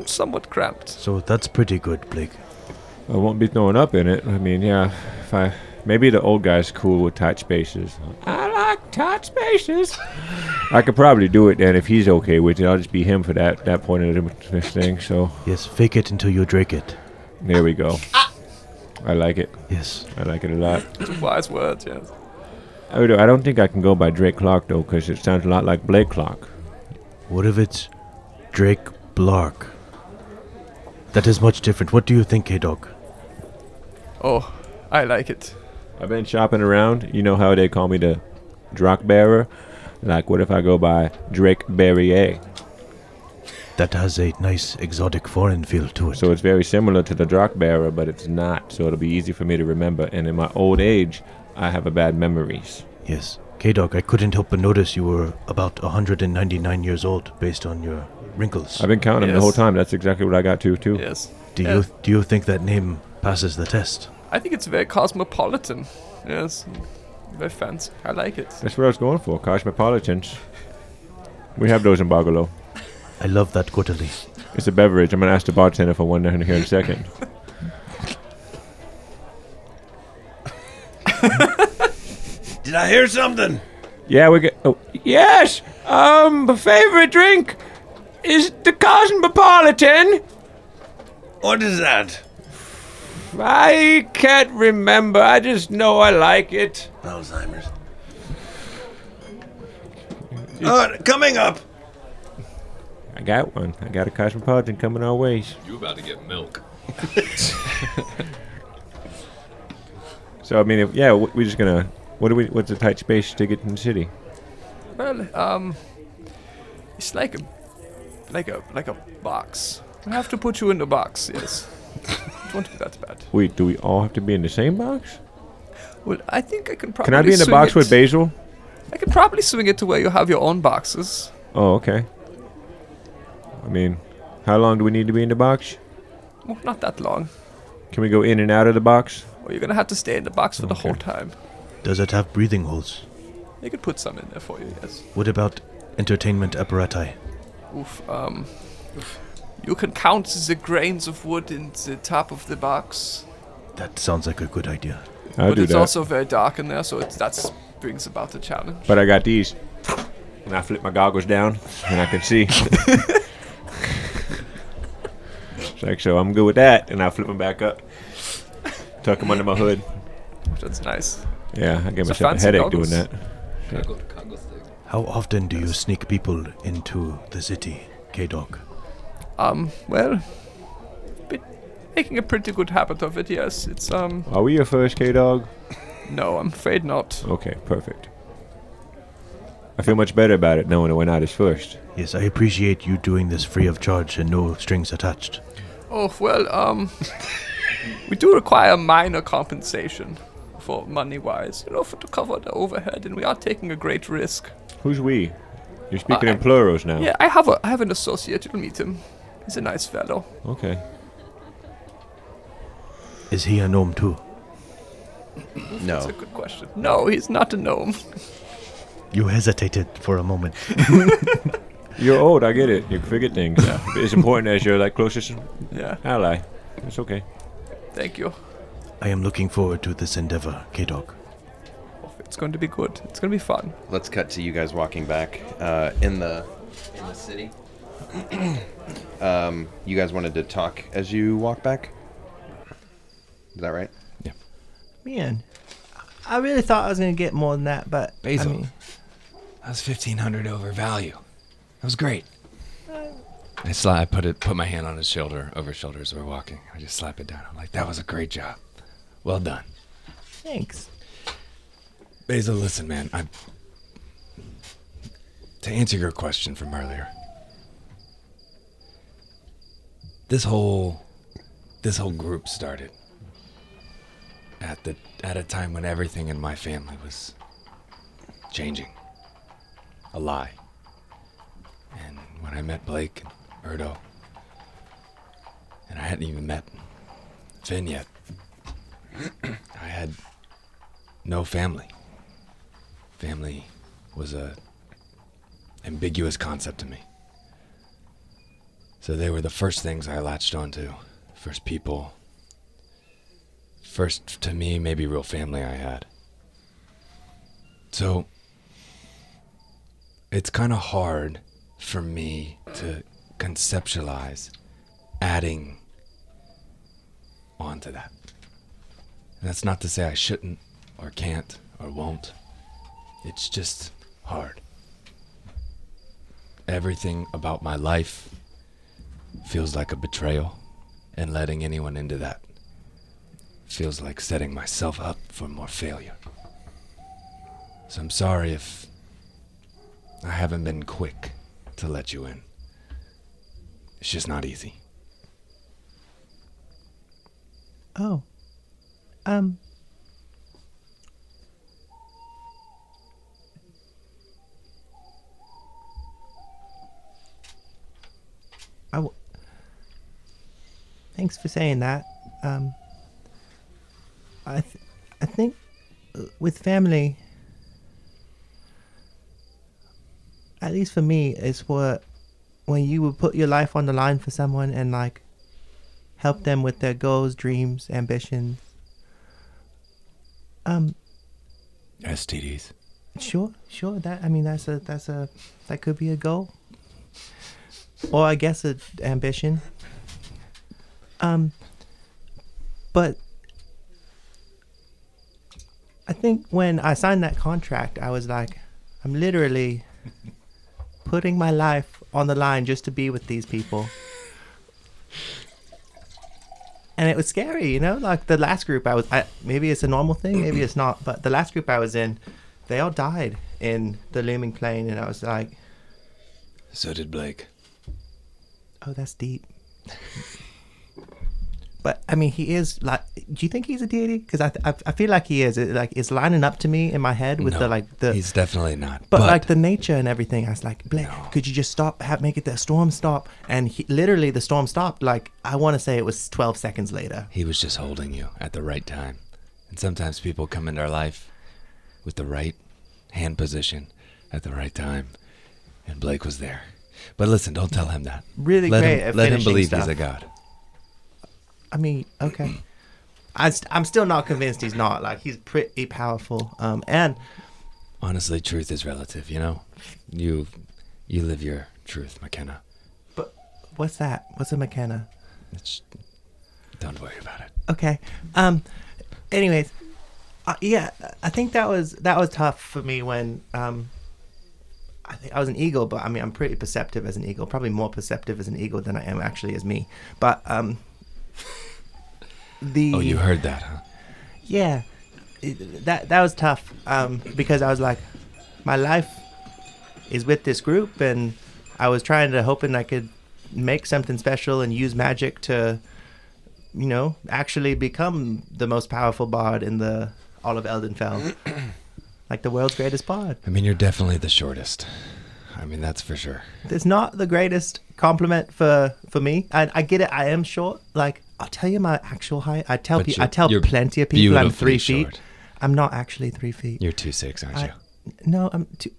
S6: somewhat cramped.
S9: So that's pretty good, Blake.
S3: I won't be throwing up in it. I mean, yeah. If I maybe the old guy's cool with tight spaces.
S2: I like tight spaces.
S3: I could probably do it then if he's okay with it. I'll just be him for that that point of the- this thing. So
S9: Yes, fake it until you drink it.
S3: there we go. I like it.
S9: Yes.
S3: I like it a lot.
S6: Wise words, yes.
S3: I don't- I don't think I can go by Drake Clark though, because it sounds a lot like Blake Clark.
S9: What if it's Drake Blark? That is much different. What do you think, K Dog?
S6: Oh, I like it.
S3: I've been shopping around. You know how they call me the Drock Bearer? Like, what if I go by Drake Barrier?
S9: That has a nice exotic foreign feel to it.
S3: So it's very similar to the Drock Bearer, but it's not. So it'll be easy for me to remember. And in my old age, I have a bad memories.
S9: yes. K Dog, I couldn't help but notice you were about 199 years old based on your wrinkles.
S3: I've been counting the whole
S6: Yes.
S3: time. That's exactly what I got to, too.
S6: Yes.
S9: do
S6: yeah.
S9: you do you think that name passes the test?
S6: I think it's very cosmopolitan. Yes. Very fancy. I like it.
S3: That's what I was going for. Cosmopolitans. We have those in Bogolo.
S9: I love that quarterly.
S3: It's a beverage. I'm going to ask the bartender for one here in a second.
S7: Did I hear something?
S3: Yeah, we get. Oh,
S2: Yes. Um, my favorite drink is the Cosmopolitan.
S7: What is that?
S2: I can't remember. I just know I like it.
S7: Alzheimer's. Uh, coming up.
S3: I got one. I got a cosmopolitan coming our ways.
S4: You about to get milk?
S3: So I mean, if, yeah, we- we're just gonna. What do we? What's a tight space to get in the city?
S6: Well, um, it's like a, like a, like a box. I have to put you in the box. Yes, it won't be that bad.
S3: Wait, do we all have to be in the same box?
S6: Well, I think I can probably.
S3: Can I be in the
S6: swing
S3: box
S6: it.
S3: with Basil?
S6: I can probably swing it to where you have your own boxes.
S3: Oh, okay. I mean, how long do we need to be in the box?
S6: Well, not that long.
S3: Can we go in and out of the box?
S6: Or you're gonna have to stay in the box for the whole time.
S9: Does it have breathing holes?
S6: They could put some in there for you. Yes.
S9: What about entertainment apparati?
S6: Oof. Um. You can count the grains of wood in the top of the box,
S9: That sounds like a good idea.
S3: I'll
S6: but
S3: do
S6: it's
S3: that.
S6: also very dark in there, so it that brings about the challenge.
S3: but I got these, and I flip my goggles down, and I can see. It's like, so I'm good with that. And I flip him back up, tuck him under my hood.
S6: That's nice.
S3: Yeah, I gave
S6: It's a
S3: myself a
S6: fancy
S3: headache
S6: goggles.
S3: doing that.
S9: How often do you sneak people into the city, K Dog?
S6: Um, well, bit, making a pretty good habit of it, yes. It's, um,
S3: Are we your first K Dog?
S6: no, I'm afraid not.
S3: Okay, perfect. I feel much better about it knowing that we're not his first.
S9: Yes, I appreciate you doing this free of charge and no strings attached.
S6: Oh, well, um, we do require minor compensation for money wise, you know, for, to cover the overhead, and we are taking a great risk.
S3: Who's we? You're speaking in plurals now.
S6: Yeah, Uh, I have a, I have an associate. You'll meet him. He's a nice fellow.
S3: Okay.
S9: Is he a gnome too?
S6: That's a good question. No, he's not a gnome.
S9: You hesitated for a moment.
S3: You're old, I get it. You forget things. It's important as your like closest
S6: Yeah.
S3: ally. It's okay.
S6: Thank you.
S9: I am looking forward to this endeavor, K Dog.
S6: It's going to be good. It's going to be fun.
S1: Let's cut to you guys walking back uh, in the in the city. um, you guys wanted to talk as you walk back. Is that right?
S5: Man, I really thought I was gonna get more than that, but I
S8: Basil.
S5: mean,
S8: That was fifteen hundred over value. That was great. I slap, I put it, put my hand on his shoulder, over his shoulder as we're walking. I just slap it down. I'm like, that was a great job. Well done,
S5: thanks.
S8: Basil. Listen, man. I'm to answer your question from earlier. This whole, this whole group started at the at a time when everything in my family was changing. A lie. And when I met Blake and Erdo, and I hadn't even met Finn yet, I had no family. Family was a ambiguous concept to me. So they were the first things I latched onto, first people, first to me maybe real family I had. So it's kind of hard for me to conceptualize adding onto that. And that's not to say I shouldn't or can't or won't. It's just hard. Everything about my life feels like a betrayal, and letting anyone into that feels like setting myself up for more failure. So I'm sorry if I haven't been quick to let you in. It's just not easy.
S5: Oh, um, I w- thanks for saying that. Um, I th- I think uh, with family, at least for me, it's what when you would put your life on the line for someone and like help them with their goals, dreams, ambitions. Um,
S8: STDs.
S5: sure, sure. That I mean, that's a that's a that could be a goal, or I guess a ambition. Um, but I think when I signed that contract, I was like, I'm literally putting my life on the line just to be with these people. and it was scary, you know. Like the last group I was, I, maybe it's a normal thing, maybe it's not. But the last group I was in, they all died in the looming plane, and I was like,
S8: So did Blake.
S5: "Oh, that's deep." but I mean, he is like. Do you think he's a deity? Because I, th- I, I feel like he is. It, like it's lining up to me in my head with
S8: No,
S5: the like the.
S8: he's definitely not.
S5: But, like the nature and everything, I was like, Blake, could you just stop, have, make it the storm stop? And he, literally, the storm stopped. Like I want to say it was twelve seconds later.
S8: He was just holding you at the right time. And sometimes people come into our life with the right hand position at the right time. And Blake was there. But listen, don't tell him that.
S5: Really
S8: let
S5: great
S8: Him,
S5: at
S8: let him
S5: finishing
S8: believe he's
S5: stuff.
S8: a god.
S5: I mean, okay. I st- I'm still not convinced he's not. Like he's pretty powerful. Um, and
S8: Honestly, truth is relative, you know? You you live your truth, McKenna.
S5: what's that? What's a McKenna?
S8: It's, don't worry about it.
S5: Okay. Um. Anyways, uh, yeah, I think that was that was tough for me when um. I think I was an eagle, but I mean I'm pretty perceptive as an eagle. Probably more perceptive as an eagle than I am actually as me. But um. The
S8: Oh, you heard that, huh?
S5: Yeah, it, that that was tough um, because I was like, my life is with this group, and I was trying to hoping I could make something special and use magic to, you know, actually become the most powerful bard in the all of Eldenfell, like the world's greatest bard.
S8: I mean, you're definitely the shortest. I mean, that's for sure.
S5: It's not the greatest compliment for for me. I, I get it. I am short. Like I'll tell you my actual height. I tell
S8: But
S5: pe-
S8: you're-
S5: I tell
S8: you're
S5: plenty of people I'm three
S8: beautifully
S5: feet.
S8: short.
S5: I'm not actually three feet.
S8: You're two six, aren't you?
S5: No, I'm two.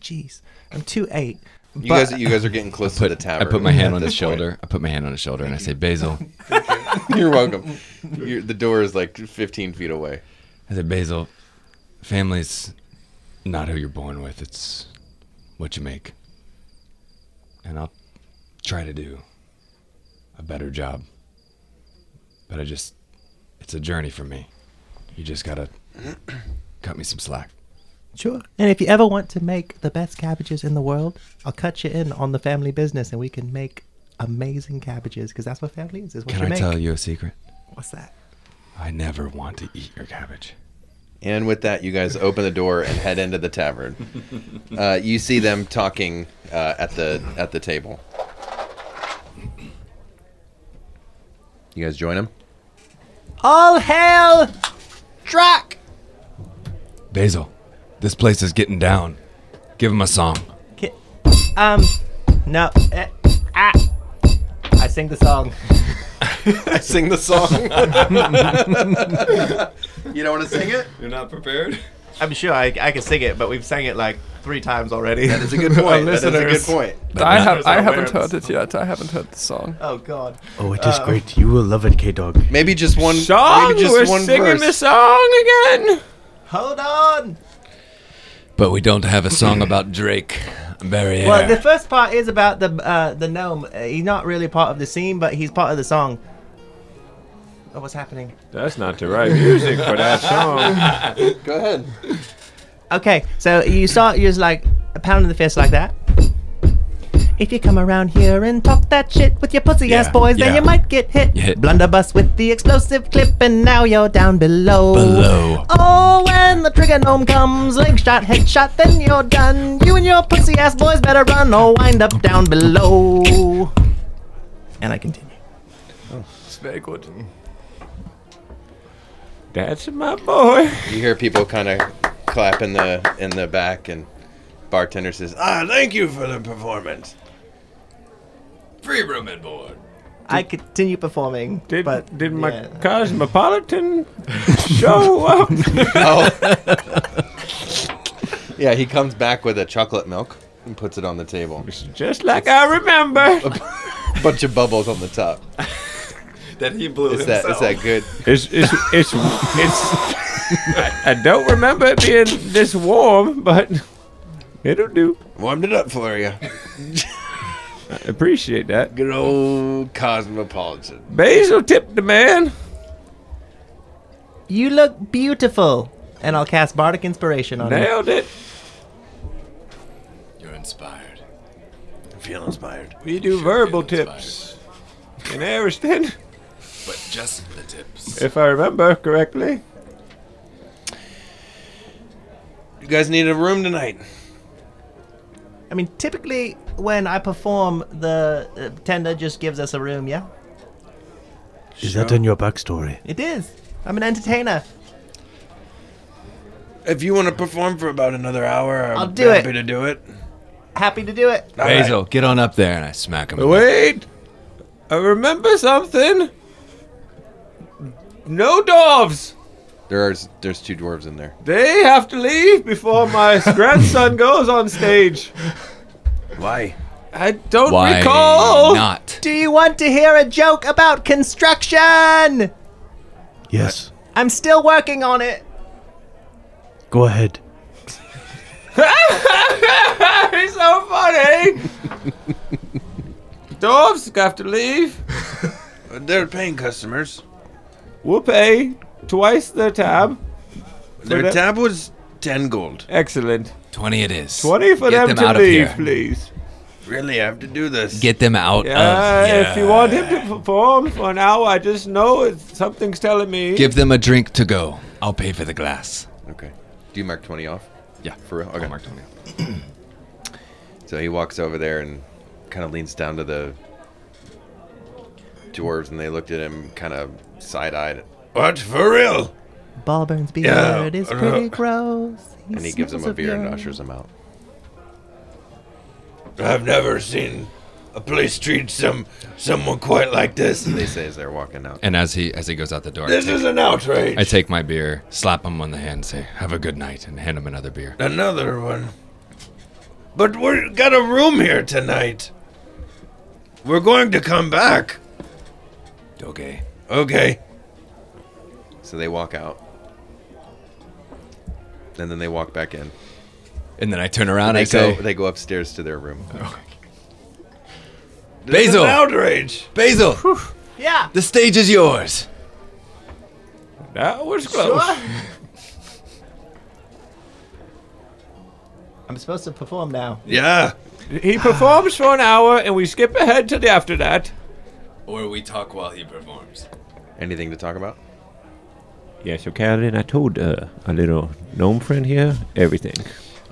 S5: Jeez, I'm two eight.
S1: You guys, you guys are getting close to the
S8: I
S1: tavern.
S8: put my hand
S1: at
S8: on
S1: this
S8: his shoulder. I put my hand on his shoulder and I say, Basil.
S1: point. You're welcome. You're, the door is like 15 feet away.
S8: I said, Basil, family's not who you're born with. It's what you make. And I'll try to do a better job. But I just, it's a journey for me. You just gotta cut me some slack.
S5: Sure. And if you ever want to make the best cabbages in the world, I'll cut you in on the family business, and we can make amazing cabbages because that's what family is. Is what
S8: Can
S5: you
S8: I
S5: make.
S8: tell you a secret?
S5: What's that?
S8: I never want to eat your cabbage.
S1: And with that, you guys open the door and head into the tavern. Uh, you see them talking uh, at the at the table. You guys join them.
S5: All hail, Drac.
S8: Basil, this place is getting down. Give him a song.
S5: Ki- Um, no. eh, ah. I sing the song.
S1: I sing the song. you don't want to sing it?
S8: You're not prepared?
S5: I'm sure I, I can sing it, but we've sang it like three times already.
S1: That is a good point. That is a good point.
S6: I, have,
S5: Listeners
S6: I
S5: are
S6: haven't
S5: aware of
S6: heard it yet. I haven't heard the song.
S5: Oh God.
S9: Oh, it
S3: Uh,
S9: is great. You will love it, K Dog.
S1: Uh, Maybe just one.
S6: Oh,
S2: Song?
S1: Maybe just
S2: We're
S1: one
S2: singing
S1: verse.
S2: the song again.
S5: Hold on.
S8: But we don't have a song about Drake Barriere.
S5: Well, the first part is about the uh, the gnome. Uh, He's not really part of the scene, but he's part of the song. Oh, what's happening?
S3: That's not the right music for that song.
S1: Go ahead.
S5: Okay, so you start you're just like pounding the fist like that. If you come around here and talk that shit with your pussy ass
S8: Yeah,
S5: boys, then
S8: yeah.
S5: you might get hit.
S8: You hit.
S5: Blunderbuss with the explosive clip, and now you're down below.
S8: Below.
S5: Oh, when the trigger gnome comes, link shot, headshot, then you're done. You and your pussy ass boys better run or wind up down below. And I continue.
S1: Oh.
S6: It's very good.
S3: That's my boy.
S1: You hear people kind of clap in the in the back, and bartender says,
S7: uh,
S1: "Ah, thank you for the performance."
S8: free room and board.
S5: I continue performing.
S3: Did,
S5: but
S3: did my
S5: yeah.
S3: cosmopolitan show up?
S1: Oh. Yeah, he comes back with a chocolate milk and puts it on the table.
S3: Just like I remember.
S1: Bunch of bubbles on the top.
S8: That he blew
S1: It's that. It's that good.
S3: It's it's it's it's. I, I don't remember it being this warm, but it'll do.
S1: Warmed it up for you.
S3: I appreciate that.
S1: Good old cosmopolitan.
S3: Basil tipped the man.
S5: You look beautiful. And I'll cast Bardic Inspiration on you.
S3: Nailed it.
S8: You're inspired.
S7: I feel inspired.
S3: We do verbal tips in Ariston,
S8: But just the tips.
S3: if I remember correctly.
S1: You guys need a room tonight.
S5: I mean, typically when I perform, the uh, tender just gives us a room, yeah?
S9: Is that in your backstory?
S5: It is. I'm an entertainer.
S7: If you want to perform for about another hour, I'm
S5: I'll do
S7: happy
S5: it.
S7: to do it.
S5: Happy to do it.
S7: All right.
S8: Basil, get on up there and I smack him. in the-
S3: Wait, I remember something. No doves.
S1: There's there's two dwarves in there.
S3: They have to leave before my grandson goes on stage.
S7: Why?
S3: I don't
S8: Why
S3: recall.
S8: not?
S5: Do you want to hear a joke about construction?
S3: Uh,
S9: Yes.
S5: I'm still working on it.
S9: Go ahead.
S3: He's so funny. Doves have to leave.
S4: they're paying customers.
S3: We'll pay twice their tab.
S4: Their
S3: But, uh,
S4: tab was ten gold.
S3: Excellent.
S8: 20 it is.
S3: 20 for
S8: Get
S3: them,
S8: them out
S3: to
S8: of
S3: leave,
S8: here.
S3: please.
S4: Really, I have to do this.
S8: Get them out
S3: Yeah,
S8: of
S3: if you
S8: here.
S3: want him to perform for an hour, I just know it's, something's telling me.
S8: Give them a drink to go. I'll pay for the glass.
S1: Okay. Do you mark 20 off?
S8: Yeah.
S1: For real? Okay. mark 20 so he walks over there and kind of leans down to the dwarves, and they looked at him kind of side eyed.
S4: What? For real?
S13: Ballburns beard
S1: Yeah,
S13: is
S1: uh,
S13: pretty gross.
S1: and he gives him
S13: smells
S1: a
S13: of
S1: beer and
S13: urine.
S1: ushers him out.
S4: I've never seen a place treat some someone quite like this.
S1: They say as they're walking out.
S8: And as he as he goes out the door, I
S4: This is an outrage.
S8: I take my beer, slap him on the hand, say, "Have a good night," and hand him another beer.
S4: Uh, Another one. But we got a room here tonight. We're going to come back.
S8: Okay.
S4: Okay.
S1: So they walk out. And then they walk back in.
S8: And then I turn around and I
S1: they go,
S8: say-
S1: they go upstairs to their room.
S4: This is
S8: Basil!
S4: an outrage.
S8: Basil,
S13: Yeah.
S8: the stage is yours.
S3: That was close.
S13: I'm supposed to perform now.
S4: Yeah.
S3: He performs for an hour, and we skip ahead to the after that.
S8: Or we talk while he performs.
S1: Anything to talk about?
S3: Yeah, so Carolyn, I told uh, a little gnome friend here everything.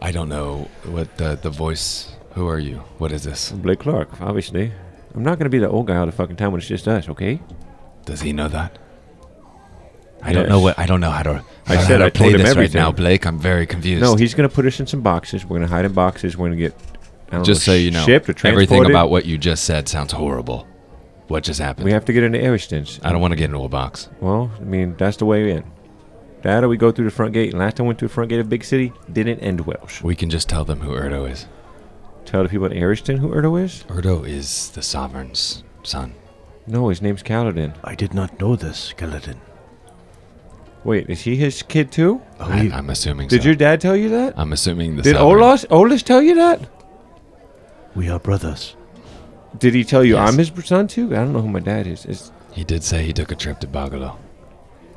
S8: I don't know what the the voice. Who are you? What is this?
S3: Blake Clark, obviously. I'm not gonna be the old guy all the fucking time when it's just us, okay?
S8: Does he know that? I
S3: Yes.
S8: don't know what I don't know how to.
S3: I
S8: how
S3: said
S8: to
S3: I
S8: play
S3: told him
S8: this right
S3: everything.
S8: now, Blake. I'm very confused.
S3: No, he's gonna put us in some boxes. We're gonna hide in boxes. We're gonna get I don't
S8: just
S3: know,
S8: so you know,
S3: shipped or
S8: everything
S3: transported.
S8: about what you just said sounds horrible. What just happened?
S3: We have to get into Aristance.
S8: I don't want to get into a box.
S3: Well, I mean that's the way in. That or we go through the front gate. And last time I went through the front gate of Big City, didn't end well.
S8: We can just tell them who Erdo is.
S3: Tell the people in Ariston who Erdo is?
S8: Erdo is the sovereign's son.
S3: No, his name's Kaladin.
S9: I did not know this, skeleton.
S3: Wait, is he his kid too?
S8: I, I'm assuming.
S3: Did
S8: so.
S3: your dad tell you that?
S8: I'm assuming the.
S3: Did
S8: sovereign-
S3: Olas Olas tell you that?
S9: We are brothers.
S3: Did he tell you I'm his son too? I don't know who my dad is. Is
S8: He did say he took a trip to Hmm. Bagalo.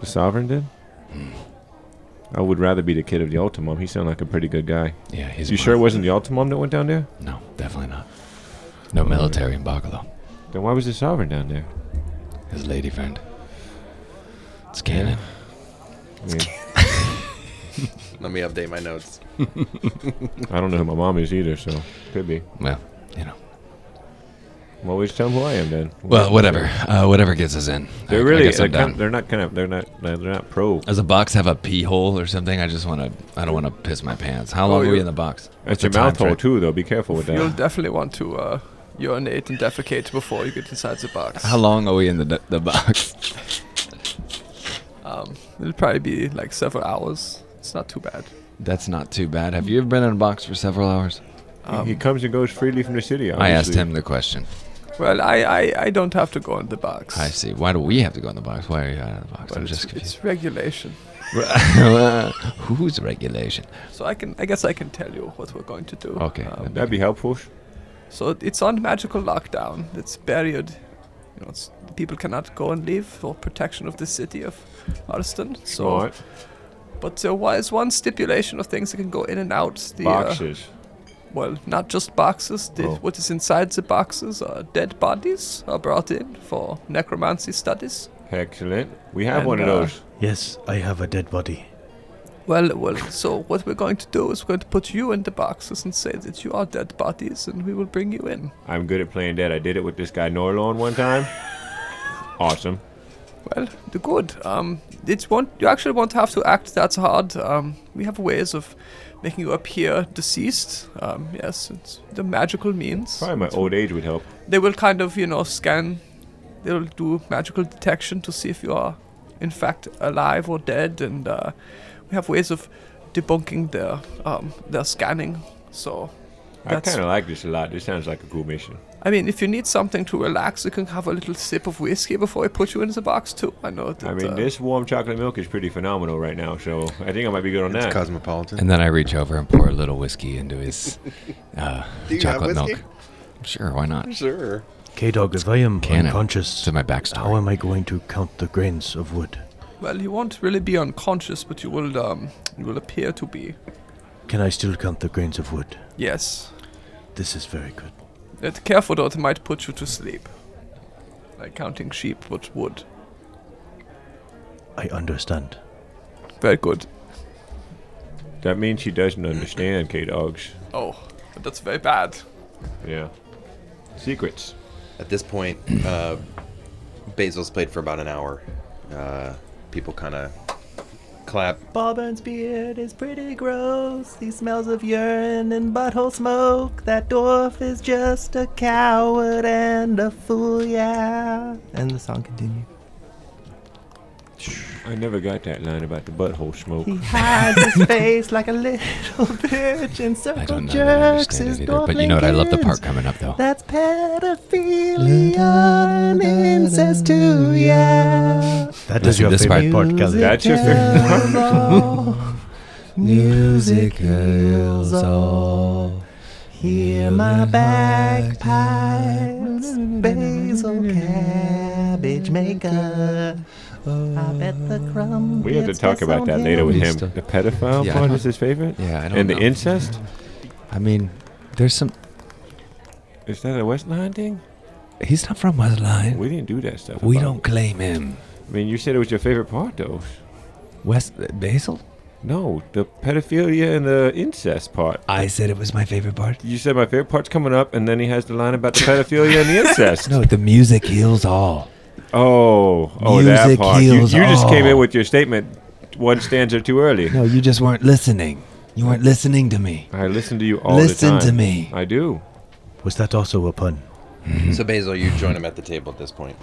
S3: the sovereign did? I would rather be the kid of the Altamom. He sounded like a pretty good guy.
S8: Yeah, he's.
S3: you
S8: one
S3: sure it
S8: of-
S3: wasn't the Altamom that went down there?
S8: No, definitely not. No military in Bagalo.
S3: Then why was the sovereign down there?
S8: His lady friend. It's canon.
S3: I, mean,
S1: Let me update my notes.
S3: I don't know who my mom is either, so could be.
S8: Well, you know.
S3: I'm always telling who I am then.
S8: Well, whatever. Uh, whatever gets us in.
S3: They're
S8: I- I
S3: really
S8: guess I'm
S3: they're, kind
S8: done.
S3: they're not kind of they're not they're not pro.
S8: Does the box have a pee hole or something? I just want to. I don't want to piss my pants. How long
S6: Oh,
S8: were we
S6: yeah.
S8: in the box?
S3: It's
S8: What's
S3: your
S8: the time
S3: mouth hole
S8: frame?
S3: too, though. Be careful with
S6: You'll
S3: that.
S6: definitely want to uh, urinate and defecate before you get inside the box.
S8: How long are we in the the box?
S6: Um, it'll probably be like several hours. It's not too bad.
S8: That's not too bad. Have you ever been in a box for several hours?
S6: Um,
S3: he comes and goes freely from the city.
S8: I asked
S3: obviously.
S8: him the question.
S6: Well, I, I, I don't have to go in the box.
S8: I see. Why do we have to go in the box? Why are you out of the box?
S6: But
S8: I'm
S6: it's,
S8: just confused.
S6: it's regulation.
S8: Who's regulation?
S6: So I can I guess I can tell you what we're going to do.
S8: Okay.
S6: Um,
S3: That'd be helpful.
S6: so it's on magical lockdown. It's barriered. You know, it's, people cannot go and leave for protection of the city of Arston. So,
S3: Smart.
S6: but there was one stipulation of things that can go in and out. The, uh,
S3: Boxes.
S6: well, not just boxes. The,
S3: Oh.
S6: What is inside the boxes are dead bodies are brought in for necromancy studies.
S3: Excellent. We have
S6: And,
S3: one of
S6: uh,
S3: those.
S9: Yes, I have a dead body.
S6: Well, well. So what we're going to do is we're going to put you in the boxes and say that you are dead bodies, and we will bring you in.
S3: I'm good at playing dead. I did it with this guy Norlon one time. awesome.
S6: Well, the good. Um, it won't. You actually won't have to act that hard. Um, we have ways of making you appear deceased. Um, yes, it's the magical means.
S3: Probably my old age would help.
S6: They will kind of, you know, scan. They'll do magical detection to see if you are, in fact, alive or dead, and uh, we have ways of debunking their um, their scanning. So
S3: I
S6: That's-
S3: kind of like this a lot. This sounds like a cool mission.
S6: I mean, if you need something to relax, you can have a little sip of whiskey before I put you into the box too. I know. That,
S3: I mean,
S6: uh,
S3: this warm chocolate milk is pretty phenomenal right now, so I think I might be good on
S1: It's
S3: that.
S1: cosmopolitan.
S8: And then I reach over and pour a little whiskey into his uh,
S1: Do you have
S8: chocolate milk.
S1: whiskey?
S8: Sure, why not?
S1: Sure.
S9: K Dog, if I am
S8: Cannon
S9: unconscious,
S8: to my backstory.
S9: how am I going to count the grains of wood?
S6: Well, you won't really be unconscious, but you will um, you will appear to be.
S9: Can I still count the grains of wood?
S6: Yes.
S9: This is very good.
S6: Yet careful though, it might put you to sleep. Like counting sheep but wood.
S9: I understand.
S6: Very good.
S3: That means she doesn't understand K Dogs.
S6: Oh, but that's very bad.
S3: Yeah. Secrets.
S1: At this point, uh, Basil's played for about an hour. Uh, people kind of clap.
S5: Ballburn's beard is pretty gross. He smells of urine and butthole smoke. That dwarf is just a coward and a fool, yeah. And the song continues.
S3: I never got that line about the butthole smoke.
S5: He hides his face like a little bitch and circle jerks his
S8: either, but you know what? I love the part
S5: dwarfling
S8: coming up though.
S5: kids. That's pedophilia and incest too, yeah.
S9: That
S8: Listen, this part-
S3: That's your favorite part.
S5: Music heals all. Hear my bagpipes, basil cabbage maker. I bet the crumb.
S3: We have to
S5: gets
S3: talk
S5: best
S3: about
S5: on
S3: that later with him. The pedophile
S8: Yeah, I
S3: part
S8: don't-
S3: is his favorite?
S8: Yeah, I don't
S3: And
S8: know.
S3: the incest?
S8: I mean, there's some.
S3: Is that a Westline thing?
S8: He's not from Westline.
S3: We didn't do that stuff.
S8: We
S3: about-
S8: don't claim him.
S3: I mean, you said it was your favorite part, though.
S8: West Basil.
S3: No, the pedophilia and the incest part.
S8: I said it was my favorite part.
S3: You said my favorite part's coming up, and then he has the line about the pedophilia and the incest.
S8: No, the music heals all.
S3: Oh, oh, that
S8: Music
S3: part. You, you
S8: heals
S3: just came in
S8: all.
S3: with your statement one stanza too early.
S8: No, you just weren't listening. You weren't listening to me.
S3: I listen to you all
S8: Listen
S3: the time.
S8: to me.
S3: I do.
S9: Was that also a pun?
S1: So Basil, you join him at the table at this point.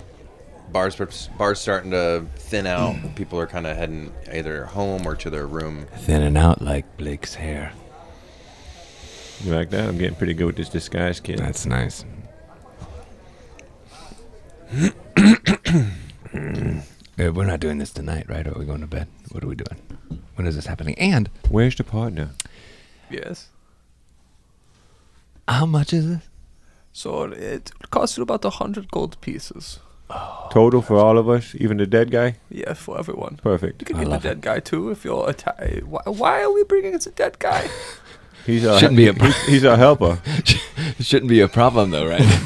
S1: Bars per- bars starting to thin out.
S8: Mm.
S1: People are kind of heading either home or to their room.
S8: Thinning out like Blake's hair.
S3: You like that? I'm getting pretty good with this disguise kid.
S8: That's nice. Uh, we're not doing this tonight, right? Are we going to bed? What are we doing? When is this happening? And
S3: Where's the partner?
S6: Yes.
S8: how much is this?
S6: So it will cost you about a hundred gold pieces.
S3: Total for all of us, even the dead guy?
S6: Yeah, for everyone.
S3: Perfect.
S6: You can
S8: I
S6: get the
S8: love it.
S6: dead guy too if you're a Thai. Why, why are we bringing in a dead guy?
S3: He's our,
S8: Shouldn't be a-
S3: he's, he's our helper.
S8: Shouldn't be a problem though, right?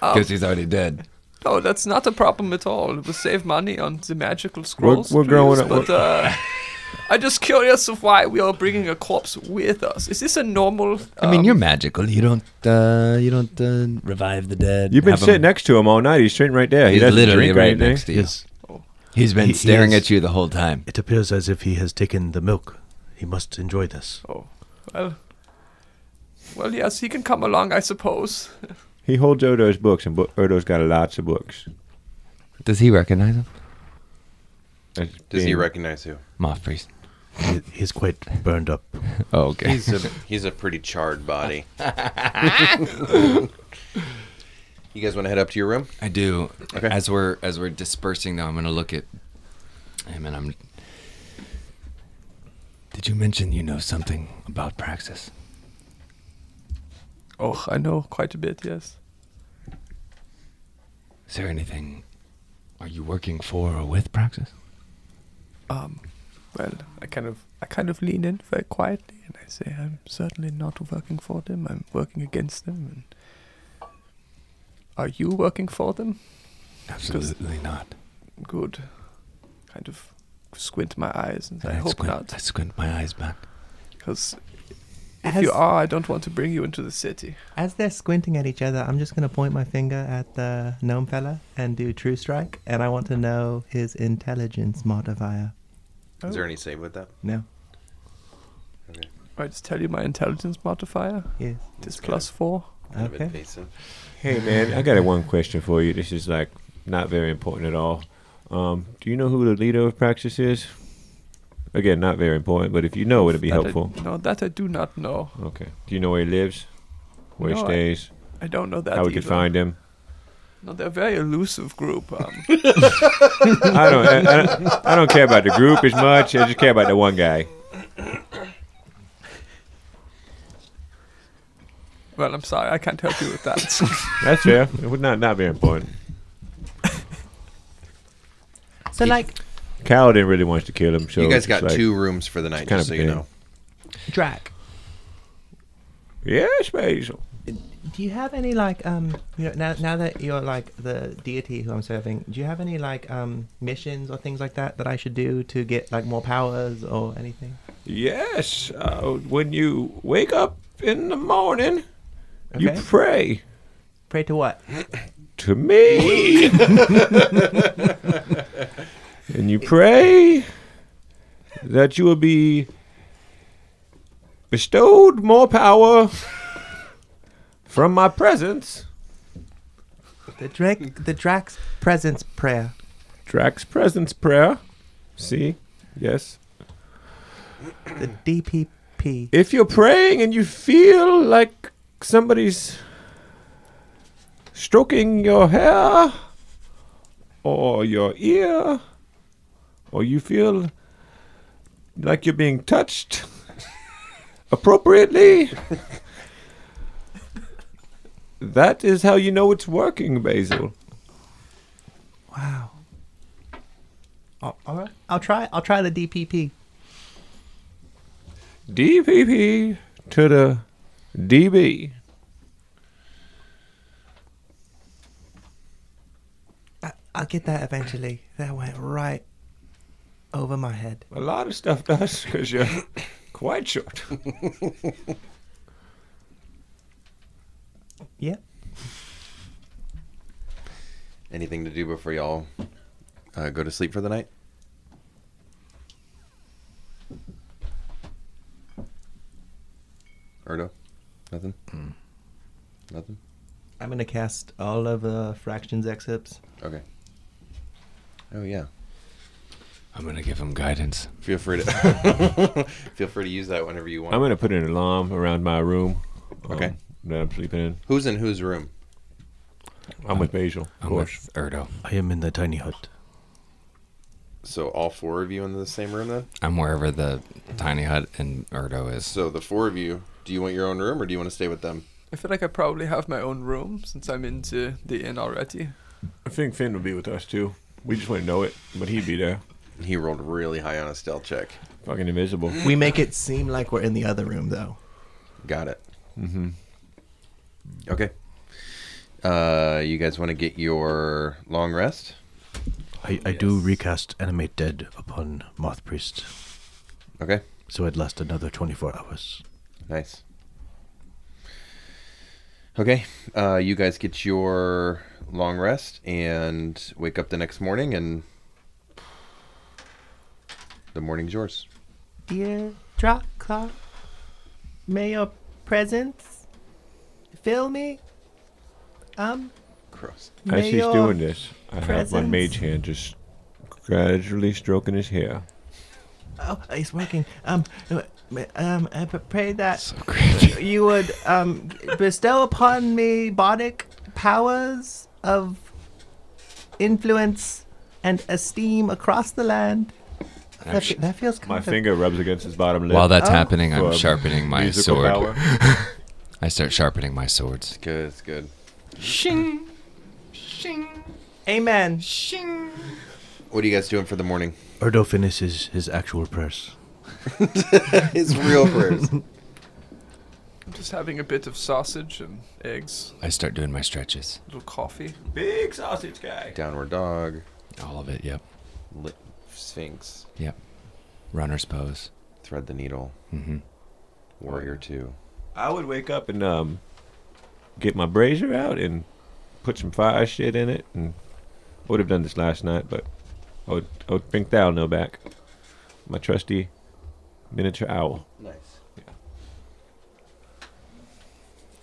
S8: Because he's already dead.
S6: No, that's not a problem at all. We'll save money on the magical
S3: We're,
S6: scrolls.
S3: we're growing
S6: please,
S3: up.
S6: But
S3: we're-
S6: uh, I'm just curious of why we are bringing a corpse with us. Is this a normal?
S8: I mean,
S6: um,
S8: you're magical. You don't uh, you don't uh, revive the dead.
S3: You've been
S8: have 'em-
S3: sitting next to him all night. He's sitting right there. He
S8: He's
S3: doesn't
S8: literally
S3: drink or
S8: right
S3: anything.
S8: next to you.
S9: Yes.
S6: Oh.
S8: He's been
S9: He- he
S8: staring
S9: is-
S8: at you the whole time.
S9: It appears as if he has taken the milk. He must enjoy this.
S6: Oh, well, well, yes, he can come along, I suppose.
S3: He holds Odo's books, and Bo- Odo's got lots of books.
S8: Does he recognize him?
S3: That's
S1: Does he
S3: being-
S1: recognize you?
S8: Moth priest.
S9: He- He's quite burned up.
S8: Oh, okay.
S1: He's a he's a pretty charred body. you guys want to head up to your room?
S8: I do.
S1: Okay.
S8: As we're as we're dispersing, though, I'm gonna look at him and I'm. Did you mention you know something about Praxis?
S6: Oh, I know quite a bit. Yes.
S8: Is there anything? Are you working for or with Praxis?
S6: Um, well, I kind of, I kind of lean in very quietly and I say, I'm certainly not working for them. I'm working against them. And are you working for them?
S8: Absolutely not.
S6: Good. Kind of squint my eyes and say,
S8: And
S6: I, hope
S8: squint, I
S6: not,
S8: squint my eyes back.
S6: because if
S5: Has-
S6: you are, I don't want to bring you into the city.
S5: As they're squinting at each other, I'm just going to point my finger at the gnome fella and do true strike, and I want to know his intelligence modifier.
S1: Is there any save with that?
S5: No.
S6: I just tell you my intelligence modifier.
S5: Yes.
S6: It's
S1: good.
S6: plus four.
S1: Kind of
S5: Okay.
S1: invasive.
S3: Hey man, I got a one question for you. This is like not very important at all. Um, do you know who the leader of Praxis is? Again, not very important, but if you know, it'd be
S6: That I-
S3: helpful.
S6: no, that I do not know.
S3: Okay. Do you know where he lives? Where
S6: No,
S3: he
S6: I-
S3: stays?
S6: I don't know that.
S3: how we
S6: either.
S3: could find him?
S6: No, they're a very elusive group. Um,
S3: I don't. I, I don't, I don't care about the group as much. I just care about the one guy.
S6: Well, I'm sorry, I can't help you with that.
S13: That's fair. It would not not very important.
S5: So like
S13: Kaladin really wants to kill him. So
S1: you guys
S13: it's
S1: got
S13: like-
S1: two rooms for the night,
S13: it's kinda
S1: just so you
S13: big.
S1: know.
S5: Drac,
S13: Yes, Basil.
S5: do you have any like um you know now now that you're like the deity who I'm serving, do you have any like um missions or things like that that I should do to get like more powers or anything?
S13: Yes. Uh, when you wake up in the morning, you
S5: Okay.
S13: pray
S5: Pray to what?
S13: to me, and you pray that you will be bestowed more power from my presence.
S5: The Drake, the Drax presence prayer.
S13: Drax presence prayer. See? Yes.
S5: The DPP.
S13: If you're praying and you feel like somebody's stroking your hair or your ear or you feel like you're being touched appropriately, that is how you know it's working, Basil.
S5: Wow. All Oh, all right. I'll try. I'll try the DPP.
S13: DPP to the DB.
S5: I'll get that eventually. That went right over my head.
S13: A lot of stuff does because you're quite short.
S5: Yeah.
S1: Anything to do before y'all uh, go to sleep for the night? Erdo? Nothing?
S5: Mm.
S1: Nothing?
S5: I'm gonna cast all of the fractions excerpts.
S1: Okay. Oh, yeah.
S8: I'm gonna give him guidance.
S1: Feel free to feel free to use that whenever you want.
S13: I'm gonna put an alarm around my room.
S1: Okay.
S13: um, that I'm sleeping in.
S1: Who's in whose room?
S13: I'm with Basil, of
S8: I'm
S13: course.
S8: with Erdo.
S9: I am in the tiny hut.
S1: So all four of you in the same room then?
S8: I'm wherever the tiny hut and Erdo is.
S1: So the four of you, do you want your own room or do you want to stay with them?
S6: I feel like I probably have my own room since I'm into the inn already.
S13: I think Finn would be with us too. We just wouldn't know it, but he'd be there.
S1: He rolled really high on a stealth check.
S13: Fucking invisible.
S5: We make it seem like we're in the other room, though.
S1: Got it.
S13: Mm-hmm.
S1: Okay. Uh, you guys want to get your long rest?
S9: I, I do recast Animate Dead upon Moth Priest,
S1: Okay.
S9: so I'd last another 24 hours.
S1: Nice. Okay. Uh, you guys get your long rest and wake up the next morning, and the morning's yours.
S5: Dear Drop Clock, may your presence fill me. Um,
S1: Gross.
S5: may
S13: As he's
S5: your
S13: doing this, I have my
S5: presence-
S13: mage hand just gradually stroking his hair.
S5: Oh, it's working. Um, um, I p- pray that you would um bestow upon me bardic powers of influence and esteem across the land. That, fe- that feels kind
S13: My
S5: of
S13: finger rubs against his bottom lip.
S8: While that's
S5: Oh.
S8: happening, I'm
S13: For
S8: sharpening my
S13: musical
S8: sword.
S13: power.
S8: I start sharpening my swords.
S1: Good. It's good.
S5: shing, shing. Amen.
S14: Shing.
S1: What are you guys doing for the morning?
S9: Erdo finishes his actual prayers.
S1: His real prayers.
S6: I'm just having a bit of sausage and eggs,
S8: I start doing my stretches.
S6: a little coffee.
S13: Big sausage guy.
S1: Downward dog,
S8: All of it. Yep.
S1: lip, sphinx,
S8: Yep. Runner's pose.
S1: thread the needle,
S8: Mm-hmm.
S1: warrior two.
S13: I would wake up and um, get my brazier out and put some fire shit in it, and I would have done this last night, but I would, I would bring Thal no back, my trusty miniature owl.
S1: Nice.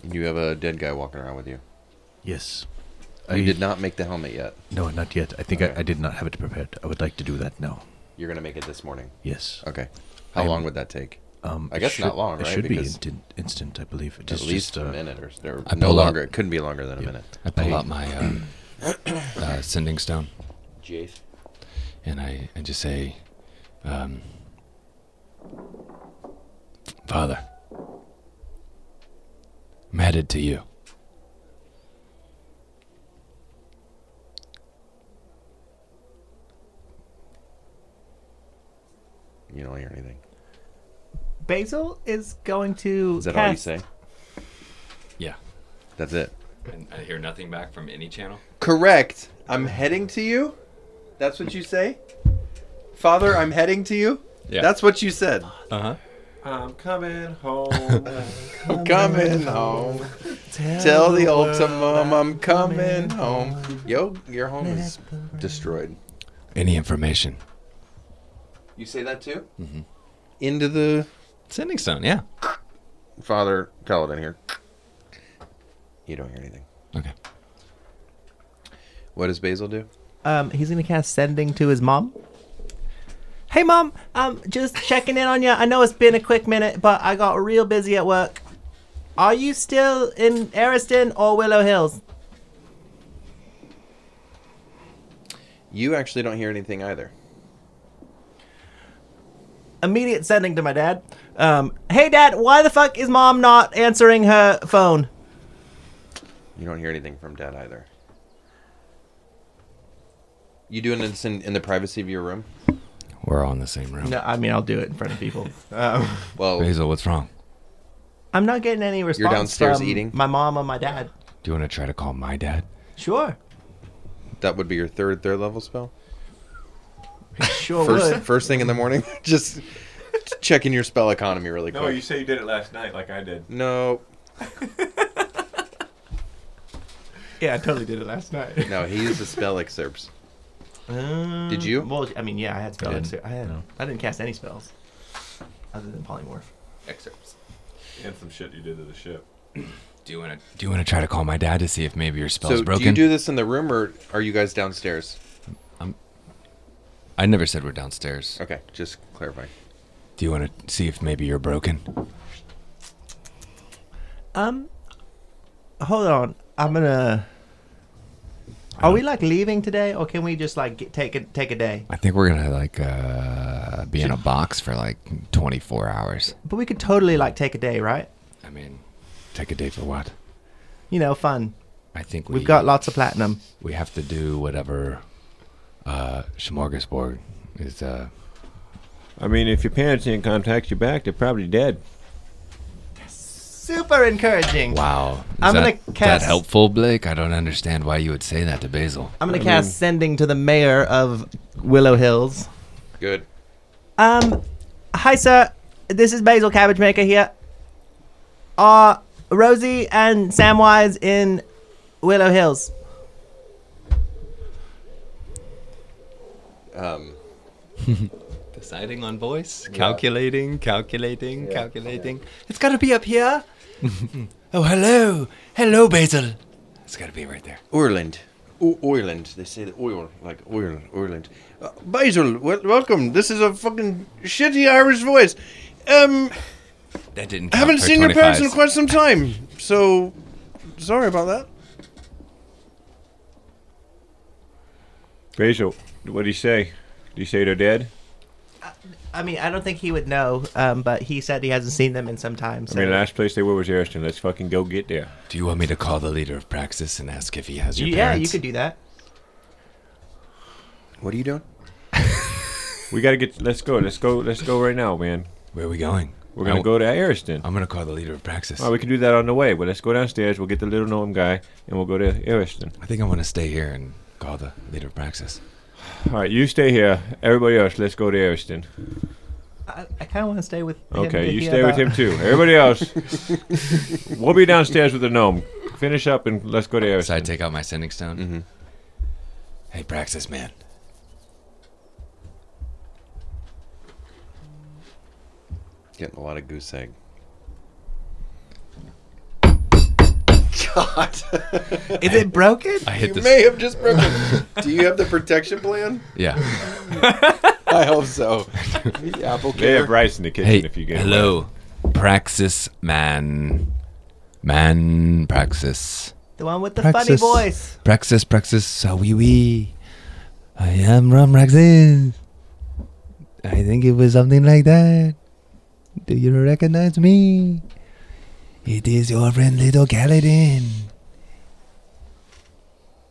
S1: You have a dead guy walking around with you. Oh,
S9: Yes.
S1: You
S9: I-
S1: did not make the helmet yet.
S9: No, not yet. I think I, I did not have it prepared. I would like to do that now.
S1: You're gonna make it this morning.
S9: Yes.
S1: Okay. How
S9: I'm-
S1: long would that take?
S9: Um,
S1: I
S9: it
S1: guess not
S9: should-
S1: long,
S9: It
S1: right?
S9: should be
S1: because
S9: instant, instant, I believe. It
S1: at
S9: is
S1: least
S9: just,
S1: a
S9: uh,
S1: minute or, s- or
S8: I
S1: no
S8: pull up-
S1: longer. It couldn't be longer than a minute.
S8: I pull out my uh,
S9: um,
S8: uh, sending stone
S1: Jace.
S8: and I, I just say, um, Father, I'm headed to you.
S1: You don't hear anything.
S5: Basil is going to.
S1: Is that all you
S5: cast,
S1: say?
S8: Yeah.
S1: That's it.
S8: And I hear nothing back from any channel.
S1: Correct. I'm heading to you. That's what you say? Father, I'm heading to you?
S7: Yeah.
S1: That's what you said.
S7: Uh huh.
S8: Uh-huh.
S3: I'm coming home.
S1: I'm coming home. Tell the old to mom I'm coming home. Yo, your home is destroyed.
S8: Any information?
S1: You say that too?
S8: Mhm.
S1: Into the
S8: sending stone, yeah.
S1: Father Culloden here. You don't hear anything.
S8: Okay.
S1: What does Basil do?
S5: Um, he's going to cast sending to his mom. Hey, mom. Um, just checking in on you. I know it's been a quick minute, but I got real busy at work. Are you still in Ariston or Willow Hills?
S1: You actually don't hear anything either.
S5: Immediate sending to my dad. Um, hey, dad. Why the fuck is mom not answering her phone?
S1: You don't hear anything from Dad either. You doing this in, in the privacy of your room?
S8: We're all in the same room.
S5: No, I mean I'll do it in front of people.
S1: well,
S8: Basil, what's wrong?
S5: Um, I'm not getting any response.
S1: downstairs
S5: from
S1: eating?
S5: My mom or my dad.
S8: Do you want to try to call my dad?
S5: Sure.
S1: That would be your third third level spell.
S5: Sure
S1: first
S5: would.
S1: first thing in the morning, just checking your spell economy really quick.
S3: no, you say you did it last night, like I did.
S1: No,
S5: Yeah, I totally did it last night.
S1: no, he used the spell excerpts.
S5: Um,
S1: Did you?
S5: Well, I mean, yeah, I had spell
S1: You
S5: excerpt.
S1: didn't?
S5: I had.
S1: No.
S5: I didn't cast any spells, other than polymorph.
S8: Excerpts.
S3: And some shit you did to the ship.
S8: Do you want to? Do you want to try to call my dad to see if maybe your spell's
S1: so
S8: broken?
S1: do you do this in the room or are you guys downstairs?
S8: I never said we're downstairs.
S1: Okay, just clarifying.
S8: Do you want to see if maybe you're broken?
S5: Um, hold on. I'm gonna. Are we like leaving today, or can we just like get, take a take a day?
S8: I think we're gonna like uh, be in a box for like 24 hours.
S5: But we could totally like take a day, right?
S8: I mean, take a day for what?
S5: You know, fun.
S8: I think we
S5: We've got lots of platinum.
S8: We have to do whatever uh, Smorgasbord is. Uh,
S3: I mean, if your parents didn't contact you back, they're probably dead.
S5: Super encouraging.
S8: wow. Is
S5: I'm
S8: that,
S5: gonna
S8: is
S5: cast-
S8: that helpful, Blake? I don't understand why you would say that to Basil.
S5: I'm gonna cast sending to the mayor of Willow Hills.
S1: Good.
S5: Um, hi, sir. This is Basil Cabbage Maker here. Are Rosie and Samwise in Willow Hills?
S1: Um,
S8: Deciding on voice,
S7: Yeah.
S8: calculating, calculating, calculating.
S7: It's gotta be up here.
S8: Oh, hello. Hello, Basil. It's got to be right there.
S1: Orland. O- Oiland. They say the oil, like oil, Oiland. Uh, Basil, wel- welcome. This is a fucking shitty Irish voice. Um,
S8: That didn't.
S1: I
S8: count
S1: haven't
S8: for
S1: seen your parents in
S8: 25s.
S1: quite some time, so sorry about that.
S3: Basil, what do you say? Do you say they're dead?
S5: I mean, I don't think he would know, um, but he said he hasn't seen them in some time. So.
S3: I mean, last place they were was Ariston. Let's fucking go get there.
S8: Do you want me to call the leader of Praxis and ask if he has your
S5: yeah, you
S8: parents?
S5: could do that.
S1: What are you doing?
S3: We gotta get. Let's go. Let's go. Let's go right now, man.
S8: Where are we going?
S3: We're
S8: I
S3: gonna
S8: w-
S3: go to Ariston.
S8: I'm gonna call the leader of Praxis.
S3: Oh, we can do that on the way. Well, let's go downstairs. We'll get the little gnome guy, and we'll go to Ariston.
S8: I think I want to stay here and call the leader of Praxis.
S3: All right, you stay here. Everybody else, let's go to Ariston.
S5: I, I kind of want to stay with. him
S3: Okay,
S5: to
S3: you
S5: hear
S3: stay with
S5: about-
S3: him too. Everybody else, we'll be downstairs with the gnome. Finish up and let's go to Ariston.
S8: So I take out my sending stone. Mm-hmm. Hey, Praxis, man.
S1: Getting a lot of goose egg.
S5: Is it broken?
S8: I hit
S1: You
S8: this.
S1: may have just broken. Do you have the protection plan?
S8: Yeah.
S1: I hope so. Apple
S3: They have rice in the kitchen
S8: Hey,
S3: if you get it.
S8: hello, Praxis man, man Praxis.
S5: The one with the funny voice.
S8: Praxis, Praxis, ah, wee wee. I am Ram Praxis. I think it was something like that. Do you recognize me?
S14: It is your friend Little Galadin.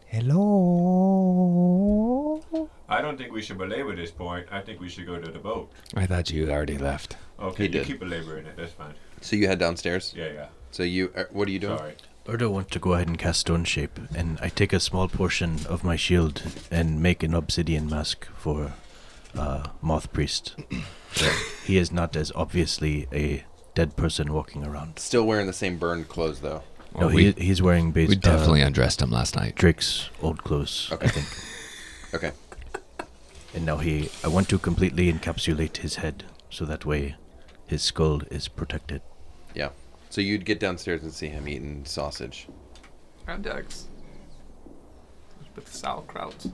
S14: Hello.
S9: Oh,
S13: I don't think we should belabor this point. I think we should go to the boat.
S8: I thought you had already left.
S13: Okay,
S1: He
S13: you
S1: did.
S13: keep belaboring it. That's fine.
S1: So you head downstairs.
S13: Yeah, yeah.
S1: So you, uh, what are you doing?
S13: Sorry.
S9: Erdo wants to go ahead and cast Stone Shape, and I take a small portion of my shield and make an obsidian mask for uh, Moth Priest. so he is not as obviously a dead person walking around.
S1: Still wearing the same burned clothes though.
S9: No, he, he's wearing uh, base.
S8: Oh, we definitely
S9: undressed him last night. Drake's old clothes, I think.
S1: okay.
S9: And now he, I want to completely encapsulate his head, so that way, his skull is protected.
S1: Yeah. So you'd get downstairs and see him eating sausage.
S6: And eggs. With sauerkraut.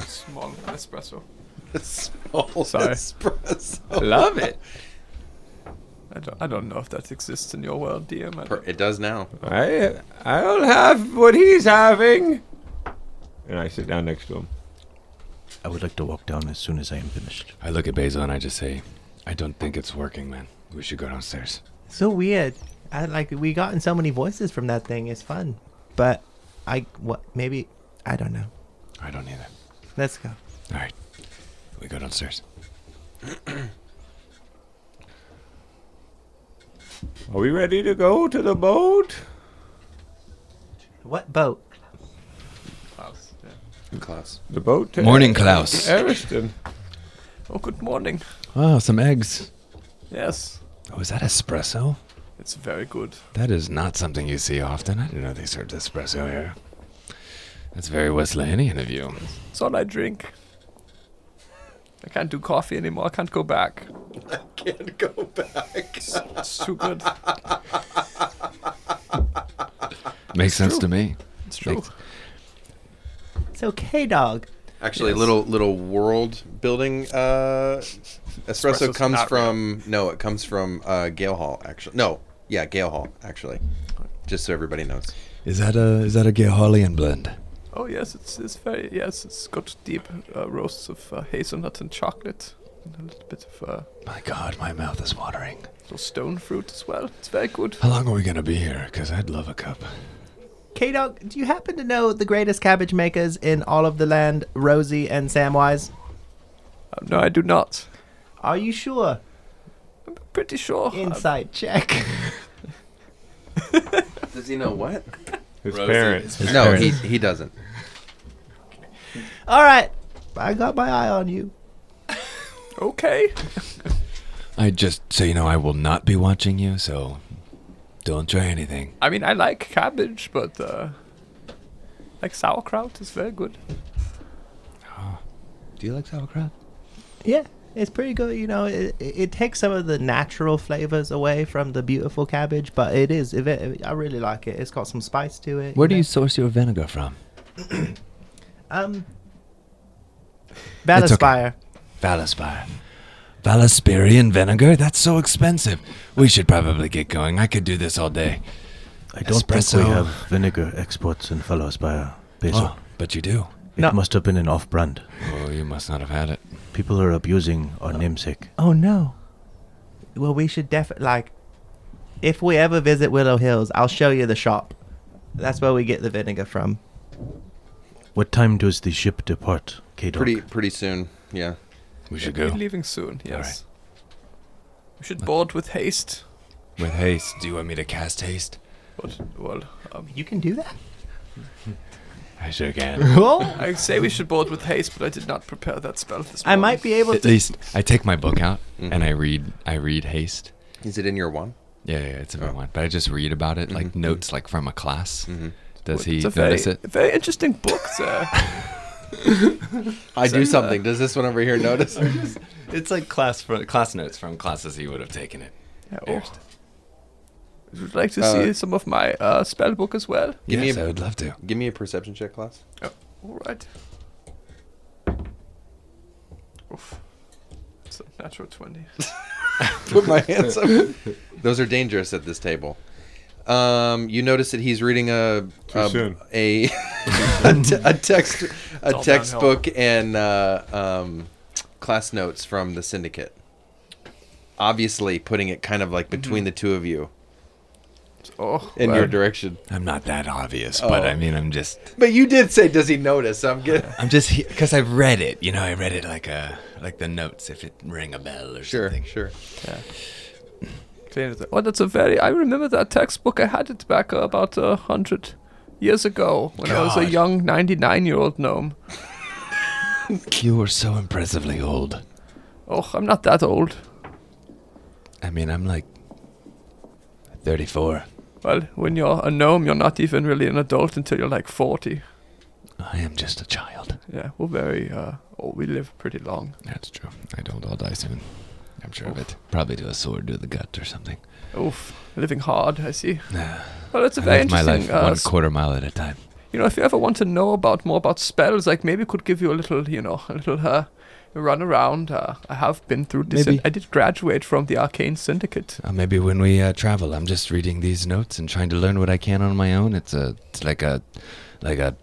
S6: Small espresso.
S1: Small espresso.
S6: I love it. I don't, I don't know if that exists in your world, DM. I don't-
S1: It does now.
S13: I I don't have what he's having. And I sit down next to him.
S9: I would like to walk down as soon as I am finished.
S8: I look at Basil and I just say, I don't think it's working, man. We should go downstairs.
S5: So weird. I like we gotten so many voices from that thing. It's fun, but I what maybe I don't know.
S8: I don't either.
S5: Let's go.
S8: All right. We go downstairs.
S13: Are we ready to go to the boat?
S5: What boat?
S6: Klaus, yeah.
S1: Klaus.
S13: The boat. To
S8: Morning,
S13: Er-
S8: Klaus.
S13: Eriston.
S6: Oh, good morning.
S8: Wow, Ah, some eggs.
S6: Yes,
S8: Oh, is that espresso?
S6: it's very good.
S8: That is not something you see often. I didn't know they served espresso here. That's very Wesleyan of you.
S6: It's all I drink. I can't do coffee anymore. I can't go back. I can't go back. It's, it's too good.
S8: Makes sense to me.
S6: It's
S8: true.
S5: It's okay, dog.
S1: Actually,
S5: Yes.
S1: little little world building uh, espresso
S5: Espresso's
S1: comes
S5: not
S1: from no, it comes from uh, Gale Hall. Actually, no, yeah, Gale Hall. Actually, just so everybody knows.
S8: Is that a is that a Geholian blend?
S6: Oh yes, it's it's very yes. It's got deep uh, roasts of uh, hazelnut and chocolate, and a little bit of uh,
S8: My God, my mouth is watering.
S6: little stone fruit as well. It's very good.
S8: How long are we gonna be here? Cause I'd love a cup.
S5: K Dog, do you happen to know the greatest cabbage makers in all of the land, Rosie and Samwise?
S6: Um, no, I do not.
S5: Are you sure?
S6: I'm pretty sure.
S5: Insight check.
S1: Does he know what?
S13: His
S1: Rosie.
S13: parents. His
S1: no,
S13: parents.
S1: he he doesn't.
S5: all right, I got my eye on you.
S6: okay.
S8: I just so you know, I will not be watching you. So don't try anything.
S6: I mean, I like cabbage, but uh, like sauerkraut is very good.
S8: Do you like sauerkraut?
S5: Yeah, it's pretty good. You know, it, it it takes some of the natural flavors away from the beautiful cabbage, but it is. It, ve- I really like it. It's got some spice to it.
S8: Where do you source your vinegar from?
S5: Um,
S8: It's okay.
S5: Valispire.
S8: Valispire. Valispirian vinegar? That's so expensive. We should probably get going. I could do this all day.
S9: I don't think we have vinegar exports in Fellowspire, Basil.
S8: Oh, but you do.
S9: It must have been an off-brand.
S8: Oh, you must not have had it.
S9: People are abusing our namesake.
S5: Oh no. Well, we should definitely like, if we ever visit Willow Hills, I'll show you the shop. That's where we get the vinegar from.
S9: What time does the ship depart, Kato?
S1: Pretty pretty soon. Yeah.
S8: We should
S6: We're
S8: go.
S6: leaving soon. Yes. We should board with haste.
S8: With haste. Do you want me to cast haste?
S6: But well, um,
S5: You can do that.
S8: I sure can.
S6: I say we should board with haste, but I did not prepare that spell this
S5: I
S6: morning.
S5: might be able
S8: At
S5: to.
S8: least I take my book out and I read I read haste.
S1: Is it in your one? Oh. Mm-hmm.
S8: Yeah, yeah, it's a good one. But I just read about it, like notes like from a class. Does he
S6: It's a very,
S8: notice it?
S6: a very interesting book, sir.
S1: I
S8: uh,
S1: do something. Does this one over here notice?
S8: It's like class for, class notes from classes he would have taken it.
S6: Yeah, oh. Would you like to
S1: Uh,
S6: see some of my uh, spell book as well?
S1: Give me
S8: yes,
S1: a-
S8: I would love to.
S1: Give me a perception check, class.
S6: Oh, all right. Oof. It's a natural 20.
S1: Put my hands up. Those are dangerous at this table. Um, you notice that he's reading a a
S13: soon.
S1: a, a, te- a text a
S6: all downhill.
S1: textbook and uh, um, class notes from the
S6: Mm-hmm.
S1: syndicate. Obviously, putting it kind of like between the two of you.
S6: Oh,
S1: in
S8: well,
S1: your direction.
S8: I'm not that obvious, but
S1: Oh.
S8: I mean, I'm just
S1: But you did say, "Does he notice?" I'm getting.
S8: I'm just because I've read it. You know, I read it like a like the notes if it rang a bell or
S1: Sure,
S8: something.
S1: sure.
S8: Yeah.
S6: Oh, that's a very. I remember that textbook. I had it back uh, about a hundred years ago when I was a
S8: God.
S6: young ninety-nine-year-old gnome.
S8: You were so impressively old.
S6: Oh, I'm not that old.
S8: I mean, I'm like 34.
S6: Well, when you're a gnome, you're not even really an adult until you're like forty.
S8: I am just a child.
S6: Yeah, we're very. Uh, oh, we live pretty long.
S8: That's true. I don't. I'll die soon. I'm sure of it. Probably do a sword to the gut or something.
S6: Oof, living hard. I see.
S8: Yeah.
S6: Well, it's a
S8: I
S6: very
S8: live my
S6: interesting.
S8: life
S6: uh,
S8: one
S6: s-
S8: quarter mile at a time.
S6: You know, if you ever want to know about more about spells, like maybe could give you a little, you know, a little uh, run around. Uh, I have been through this.
S8: Maybe.
S6: I did graduate from the Arcane Syndicate.
S8: Uh, maybe when we uh, travel, I'm just reading these notes and trying to learn what I can on my own. It's a it's like a like a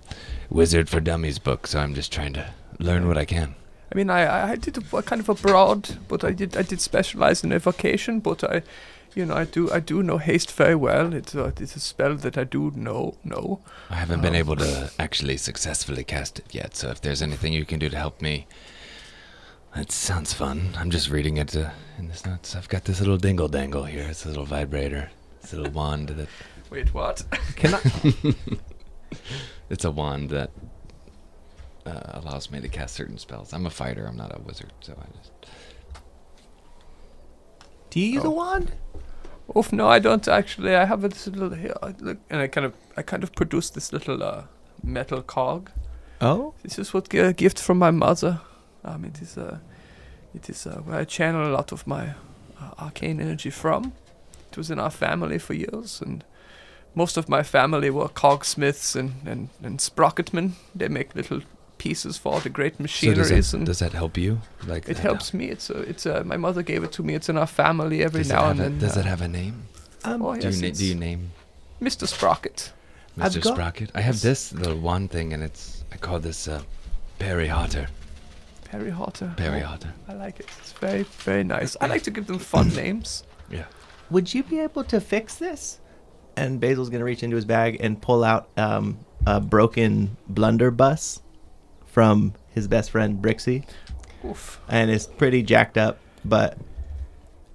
S8: wizard for dummies book, so I'm just trying to learn what I can.
S6: I mean, I- I I did a, kind of abroad, but I did I did specialize in evocation. But I, you know, I do I do know haste very well. It's a, it's a spell that I do know know.
S8: I haven't been
S6: Um,
S8: able to actually successfully cast it yet, so if there's anything you can do to help me, that sounds fun. I'm just reading it uh, in this notes. I've got this little dingle dangle here. It's a little vibrator. It's a little wand that.
S6: Wait, what?
S8: Can I? it's a wand that uh, allows me to cast certain spells. I'm a fighter. I'm not a wizard, so I just.
S6: Do you use a wand? Oh. Oof, no, I don't actually. I have this little here, I look, and I kind of, I kind of produce this little uh, metal cog.
S9: Oh?
S6: this is what a gift from my mother. Um, it is uh, it is uh, where I channel a lot of my uh, arcane energy from. It was in our family for years, and most of my family were cogsmiths and and and sprocketmen. They make little pieces for all the great
S8: So
S6: machineries
S8: does that,
S6: and
S8: does that help you? Like uh,
S6: it
S8: that-
S6: helps me. It's a, it's a, my mother gave it to me. It's in our family every
S8: Does it
S6: now
S8: have
S6: and
S8: a-
S6: then.
S8: does
S6: uh,
S8: it have a name?
S6: Um, oh,
S8: do,
S6: yes,
S8: you na-
S6: it's
S8: do you name
S6: Mr. Sprocket. I've
S8: Mr.
S6: got-
S8: Sprocket? I have this little wand thing, and it's I call this uh, Perry Hotter.
S6: Perry Hotter.
S8: Perry
S6: Oh,
S8: Hotter.
S6: I like it. It's very, very nice. I like to give them fun names.
S8: Yeah.
S5: Would you be able to fix this? And Basil's gonna reach into his bag and pull out um, a broken blunderbuss from his best friend Brixie.
S6: Oof.
S5: And it's pretty jacked up, but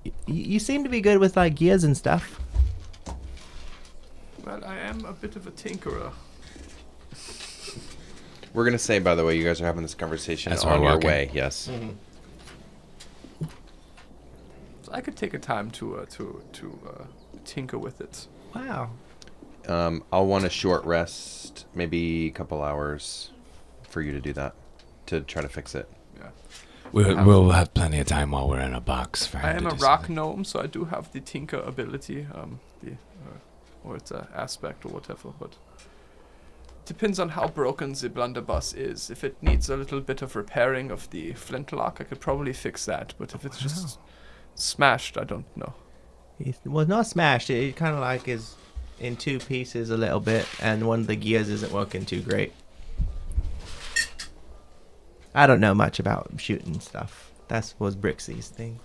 S5: y- you seem to be good with like gears and stuff.
S6: Well, I am a bit of a tinkerer.
S1: We're gonna say, by the way, you guys are having this conversation
S8: As we're
S1: on your
S8: walking.
S1: way. Yes.
S6: So I could take a time to uh, to to uh, tinker with it.
S5: Wow.
S1: Um, I'll want a short rest, maybe a couple hours, for you to do that, to try to fix it.
S8: We'll,
S6: Um,
S8: we'll have plenty of time while we're in a box for
S6: I
S8: him
S6: am
S8: to
S6: a
S8: do
S6: rock gnome, so I do have the tinker ability, um, the uh, or it's a aspect or whatever. But depends on how broken the blunderbuss is. If it needs a little bit of repairing of the flintlock, I could probably fix that. But if it's just smashed, I don't know.
S5: It's, well, not smashed. It, kind of like is in two pieces a little bit, and one of the gears isn't working too great. I don't know much about shooting stuff. That was Brixie's thing.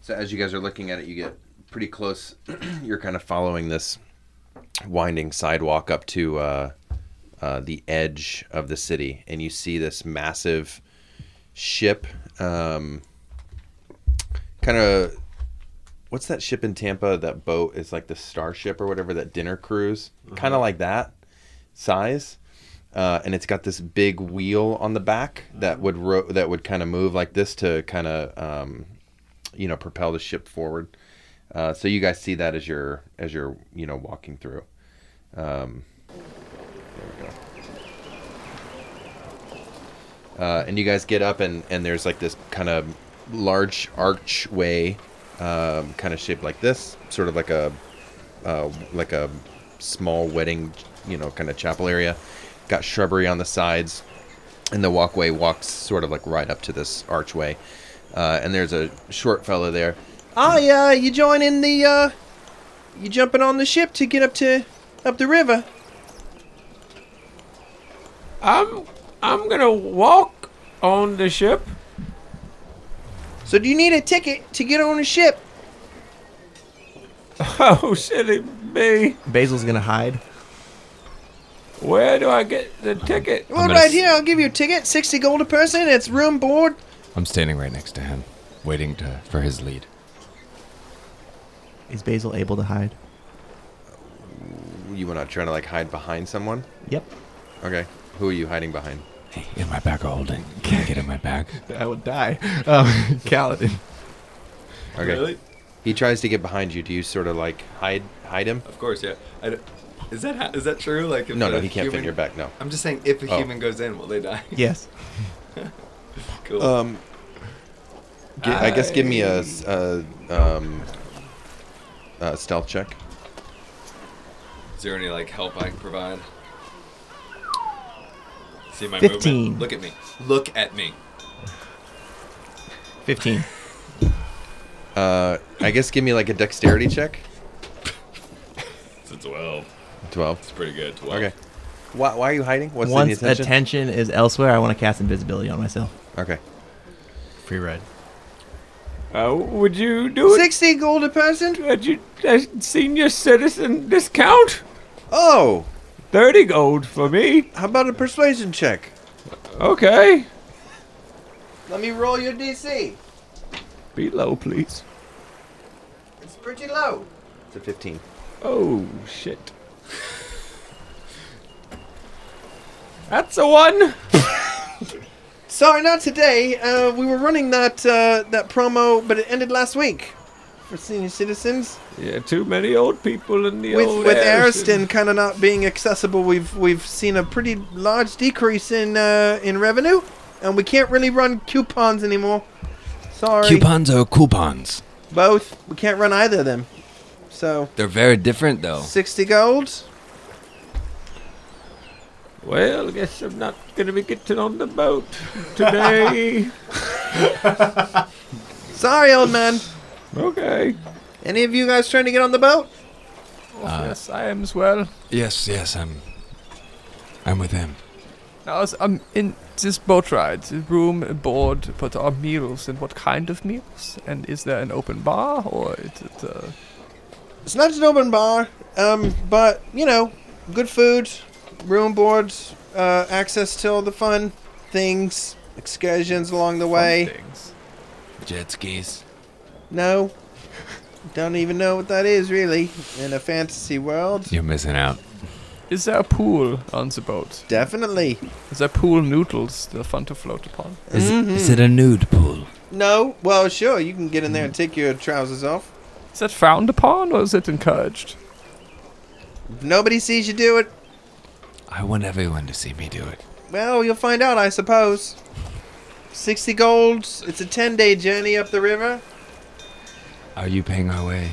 S1: So as you guys are looking at it, you get pretty close. You're kind of following this winding sidewalk up to uh, uh, the edge of the city, and you see this massive ship. Um, kind of, what's that ship in Tampa? That boat is like the starship or whatever. That dinner cruise, kind of like that size. Uh, and it's got this big wheel on the back that would ro- that would kind of move like this to kind of um, you know propel the ship forward. Uh, so you guys see that as you're as you're you know walking through. Um, there we go. Uh, and you guys get up and and there's like this kind of large archway, um, kind of shaped like this, sort of like a uh, like a small wedding you know kind of chapel area. Got shrubbery on the sides and the walkway walks sort of like right up to this archway. Uh, and there's a short fellow there.
S7: Ah, yeah, you joining the, uh, you jumping on the ship to get up to, up the river.
S15: I'm I'm gonna walk on the ship.
S7: So do you need a ticket to get on a ship?
S13: Oh, silly me.
S5: Basil's gonna hide.
S13: Where do I get the ticket?
S7: Well, right here, I'll give you a ticket. 60 gold a person. It's room board.
S8: I'm standing right next to him, waiting to, for his lead.
S5: Is Basil able to hide?
S1: You were not trying to like hide behind someone.
S5: Yep.
S1: Okay. Who are you hiding behind?
S8: In my bag, holding. Can I get in my bag?
S5: I would die. Um, Kaladin.
S1: Okay.
S4: Really?
S1: He tries to get behind you. Do you sort of like hide hide him?
S4: Of course, yeah. I don't- is that ha- is that true? Like,
S1: No, no,
S4: the
S1: he can't fit in your back, no.
S4: I'm just saying, if a
S1: Oh.
S4: human goes in, will they die?
S5: Yes.
S4: cool.
S1: Um, gi- I guess give me a, s- a, um, a stealth check.
S4: Is there any like help I can provide? See my
S5: 15.
S4: movement. Look at me. Look at me.
S5: 15.
S1: Uh, I guess give me like a dexterity check.
S4: It's a twelve.
S1: Twelve.
S4: It's pretty good. Twelve.
S1: Okay. Why, why are you hiding? What's the
S5: Once
S1: intention?
S5: attention is elsewhere, I want to cast invisibility on myself.
S1: Okay.
S9: Free ride.
S13: Uh, would you do it?
S7: 60 gold a person?
S13: Would you, a senior citizen discount?
S7: Oh!
S13: 30 gold for me.
S7: How about a persuasion check?
S13: Okay.
S7: Let me roll your DC.
S13: Be low, please.
S7: It's pretty low.
S1: It's a 15.
S13: Oh, shit. That's a one.
S7: Sorry, not today. Uh, we were running that uh, that promo, but it ended last week for senior citizens.
S13: Yeah, too many old people in the old
S7: with with
S13: Ariston.
S7: Ariston kind of not being accessible, we've we've seen a pretty large decrease in uh, in revenue, and we can't really run coupons anymore. Sorry,
S8: Coupons or coupons?
S7: both. We can't run either of them. So
S8: They're very different, though.
S7: sixty gold.
S13: Well, I guess I'm not going to be getting on the boat today.
S7: Sorry, old man.
S13: okay.
S7: Any of you guys trying to get on the boat?
S8: Uh,
S6: yes, I am as well.
S8: Yes, yes, I'm. I'm with him.
S6: Now, as I'm in this boat ride, the room aboard, but are meals, and what kind of meals? And is there an open bar, or is it, uh,
S7: It's not an open bar, um, but you know, good food, room boards, uh, access to all the fun things, excursions along the way.
S8: Jet skis.
S7: No, don't even know what that is really in a fantasy world.
S8: You're missing out.
S6: is there a pool on the boat?
S7: Definitely.
S6: Is there pool noodles they're fun to float upon?
S8: Is,
S7: Mhm.
S8: is it a nude pool?
S7: No, well, sure, you can get in there and take your trousers off.
S6: Is that frowned upon, or is it encouraged?
S7: If nobody sees you do it,
S8: I want everyone to see me do it.
S7: well, you'll find out, I suppose. 60 golds, it's a 10 day journey up the river.
S8: Are you paying our way?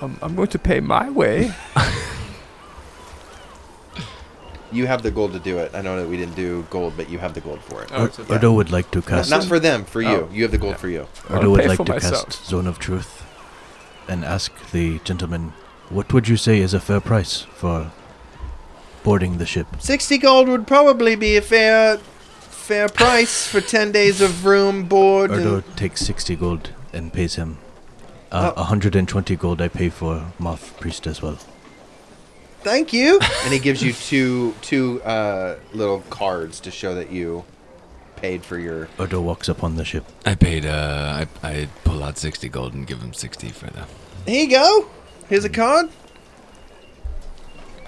S6: Um, I'm going to pay my way.
S1: You have the gold to do it. I know that we didn't do gold, but you have the gold for it.
S9: Oh, it's okay. Odo would like to cast-
S1: Not for them, for you.
S9: Oh.
S1: You have the gold for you.
S9: Odo would like to cast Zone of Truth and ask the gentleman, what would you say is a fair price for boarding the ship?
S7: 60 gold would probably be a fair fair price for 10 days of room board
S9: Erdo
S7: and
S9: takes 60 gold and pays him. Uh, 120 gold I pay for Moth Priest as well.
S7: thank you
S1: and he gives you two two uh, little cards to show that you paid for your.
S9: Erdo walks up on the ship.
S8: I paid, uh, I, I pull out 60 gold and give him 60 for the.
S7: here you go here's a card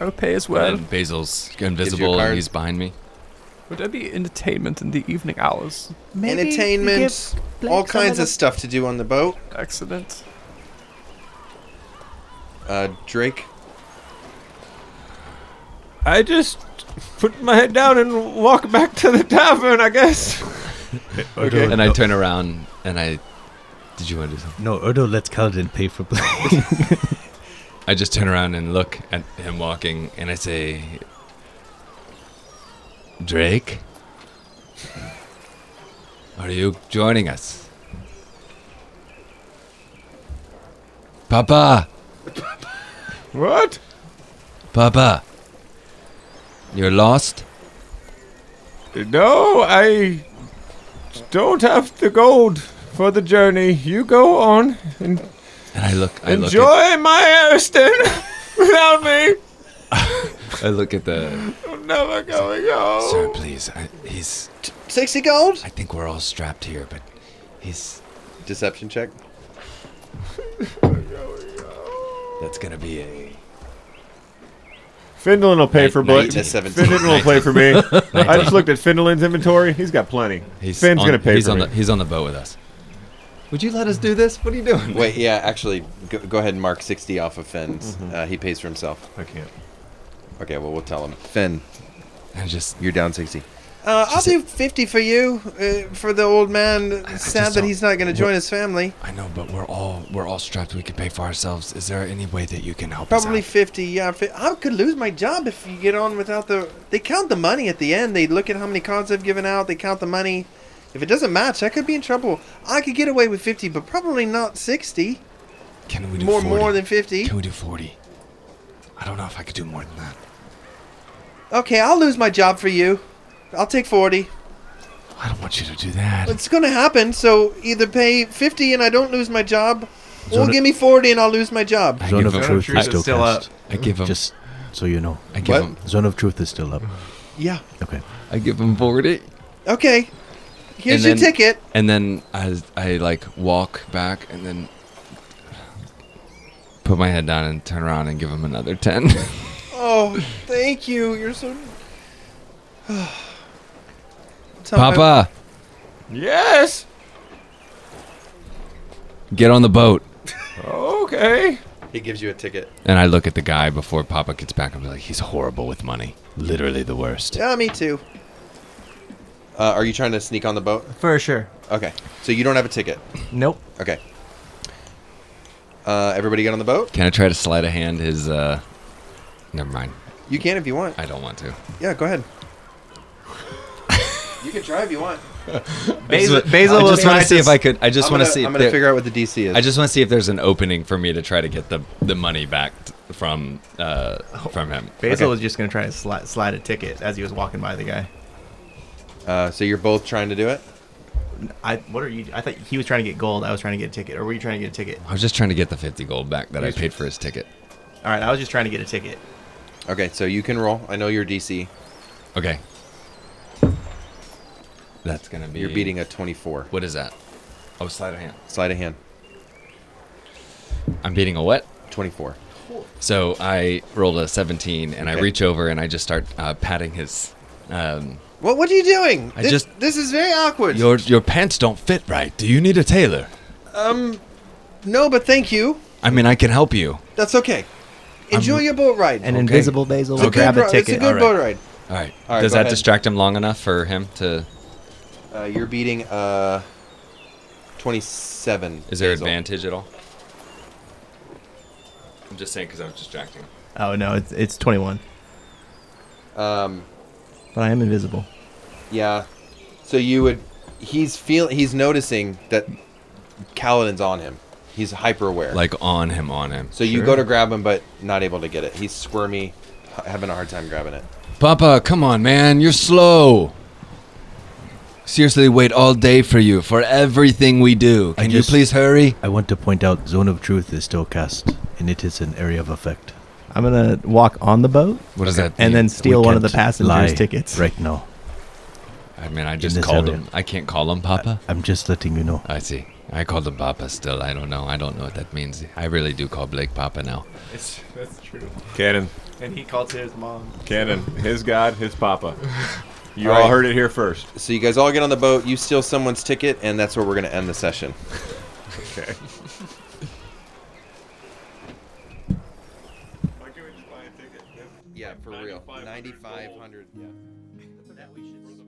S6: I will pay as well.
S8: And Basil's
S6: you a
S8: invisible
S6: card.
S8: and he's behind me.
S6: Would there be entertainment in the evening hours?
S5: Maybe we
S7: entertainment
S5: give Blake
S7: all
S5: some
S7: kinds
S5: the-
S7: of stuff to do on the boat
S6: Excellent.
S1: Uh, Drake,
S13: I just put my head down and walk back to the tavern, I guess.
S9: Okay.
S8: And I turn around and I. Did you want to do something?
S9: No, Erdo lets Kaladin pay for Blake.
S8: I just turn around and look at him walking and I say, Drake? Are you joining us? Papa!
S13: What?
S8: Papa! You're lost?
S13: No, I don't have the gold for the journey. You go on and
S4: And I look. I look
S13: enjoy
S4: at,
S13: my Ariston without me.
S4: I look at the.
S13: I'm never going home.
S8: Sir, please. I, he's.
S7: Sixty gold.
S8: I think we're all strapped here, but he's.
S1: Deception check.
S8: That's gonna be a.
S13: Finland will pay
S8: Nin-
S13: for Blake.
S8: nineteen. Seventeen.
S13: Finland will pay for me.
S8: Nineteen.
S13: I just looked at Finland's inventory. He's got plenty.
S8: He's
S13: Finn's
S8: on-
S13: gonna pay
S8: he's
S13: for
S8: on
S13: me.
S8: the- he's on the boat with us.
S1: Would you let us do this? What are you doing? Wait, yeah, actually, go, go ahead and mark 60 off of Finn's.
S4: Mm-hmm.
S1: Uh, he pays for himself.
S13: I can't.
S1: Okay, well, we'll tell him. Finn, just you're down 60.
S7: Uh, I'll do fifty for you, uh, for the old man. Sad that
S8: don't-
S7: he's not going to join
S8: What-
S7: his family.
S8: I know, but we're all we're all strapped. We can pay for ourselves. Is there any way that you can help
S7: Probably
S8: us
S7: fifty. Yeah, fi- I could lose my job if you get on without the. They count the money at the end. They look at how many cards I've given out. They count the money. If it doesn't match, I could be in trouble. I could get away with fifty, but probably not sixty.
S8: Can we
S7: do more? More than fifty.
S8: Can we do forty? I don't know if I could do more than that.
S7: Okay, I'll lose my job for you. I'll take forty.
S8: I don't want you to do that.
S7: It's gonna happen. So either pay fifty and I don't lose my job, or
S9: Zona-
S7: give me forty and I'll lose my job.
S9: Zone of Truth
S8: truth
S9: is
S8: is
S9: still,
S8: still
S9: cast.
S8: up. I give him-
S9: Just so you know.
S8: I give What? him-
S9: Zone of Truth is still up.
S7: Yeah.
S9: Okay.
S4: I give him forty.
S7: Okay.
S4: And
S7: Here's your
S4: then-
S7: ticket.
S8: And then I I like walk back and then
S4: Put my head down and turn around and give him another ten.
S7: Oh, thank you. You're so. Tell my-
S4: Papa,
S13: Yes.
S4: get on the boat.
S13: Okay.
S1: He gives you a ticket.
S4: And I look at the guy before Papa gets back and be like, he's horrible with money.
S8: literally the worst.
S7: Yeah, me too.
S1: Uh, are you trying to sneak on the boat?
S5: For sure.
S1: Okay, so you don't have a ticket?
S5: Nope.
S1: Okay. Uh, everybody get on the boat?
S4: Can I try to slide a hand his? uh Never mind.
S7: You can if you want.
S4: I don't want to.
S7: Yeah, go ahead. you can try if you want.
S4: I just, I just want to see if I could. I just want to see.
S1: I'm going to
S4: there-
S1: figure out what the DC is.
S4: I just want to see if there's an opening for me to try to get the the money back t- from uh from him.
S5: Basil
S4: Okay.
S5: was just gonna try to slide, slide a ticket as he was walking by the guy.
S1: Uh, so you're both trying to do it?
S5: I what are you? I thought he was trying to get gold. I was trying to get a ticket. Or were you trying to get a ticket?
S4: I was just trying to get the fifty gold back that I paid for his ticket.
S5: All right, I was just trying to get a ticket.
S1: Okay, so you can roll. I know your DC.
S4: Okay. That's gonna be.
S1: You're beating a 24.
S4: What is that? Oh, slide a hand.
S1: Slide a hand.
S4: I'm beating a what?
S1: 24.
S4: So I rolled a 17, and I
S7: Okay.
S4: reach over and I just start uh, patting his. Um,
S7: What What are you doing?
S4: I
S7: this,
S4: just-
S7: this is very awkward.
S4: your your pants don't fit right. Do you need a tailor?
S7: Um, no, but thank you.
S4: I mean, I can help you.
S7: That's okay. Enjoy your boat ride.
S4: An Okay. invisible Basil
S7: It's a
S4: will
S7: good
S4: grab a
S7: ri- It's a
S4: ticket.
S7: good
S4: Alright.
S7: boat ride.
S4: All right.
S1: All right,
S4: Does
S1: go
S4: that
S1: ahead.
S4: distract him long enough for him to?
S1: Uh, you're beating uh, 27.
S4: Is there
S1: Basil.
S4: advantage at all? I'm just saying because I was distracting. him.
S5: Oh no, it's it's twenty one.
S1: Um,
S5: But I am invisible.
S1: yeah. So you would. He's feel. He's noticing that Kaladin's on him. He's hyper aware.
S4: Like on him, on him.
S1: So you go to grab him, but not able to get it. He's squirmy, h- having a hard time grabbing it.
S8: Papa, come on, man. You're slow. Seriously, wait all day for you, for everything we do. Can you please hurry?
S9: I want to point out Zone of Truth is still cast, and it is an area of effect.
S5: I'm gonna walk on the boat.
S9: What does that mean?
S5: And then steal
S9: We
S5: one of the
S9: can't
S5: passengers'
S9: lie
S5: tickets.
S9: right now.
S4: I mean, I
S9: In
S4: just
S9: this
S4: called
S9: area.
S4: him. I can't call him Papa.
S9: I'm just letting you know.
S4: I see. I called him Papa still. I don't know. I don't know what that means. I really do call Blake Papa now.
S5: It's that's true.
S13: Cannon.
S5: And he called his mom.
S13: Cannon. His god. His papa. You all
S1: Alright.
S13: heard it here first.
S1: So you guys all get on the boat. You steal someone's ticket, and that's where we're gonna end the session.
S13: Okay.
S1: Yeah, for real. Ninety-five hundred.
S13: Yeah.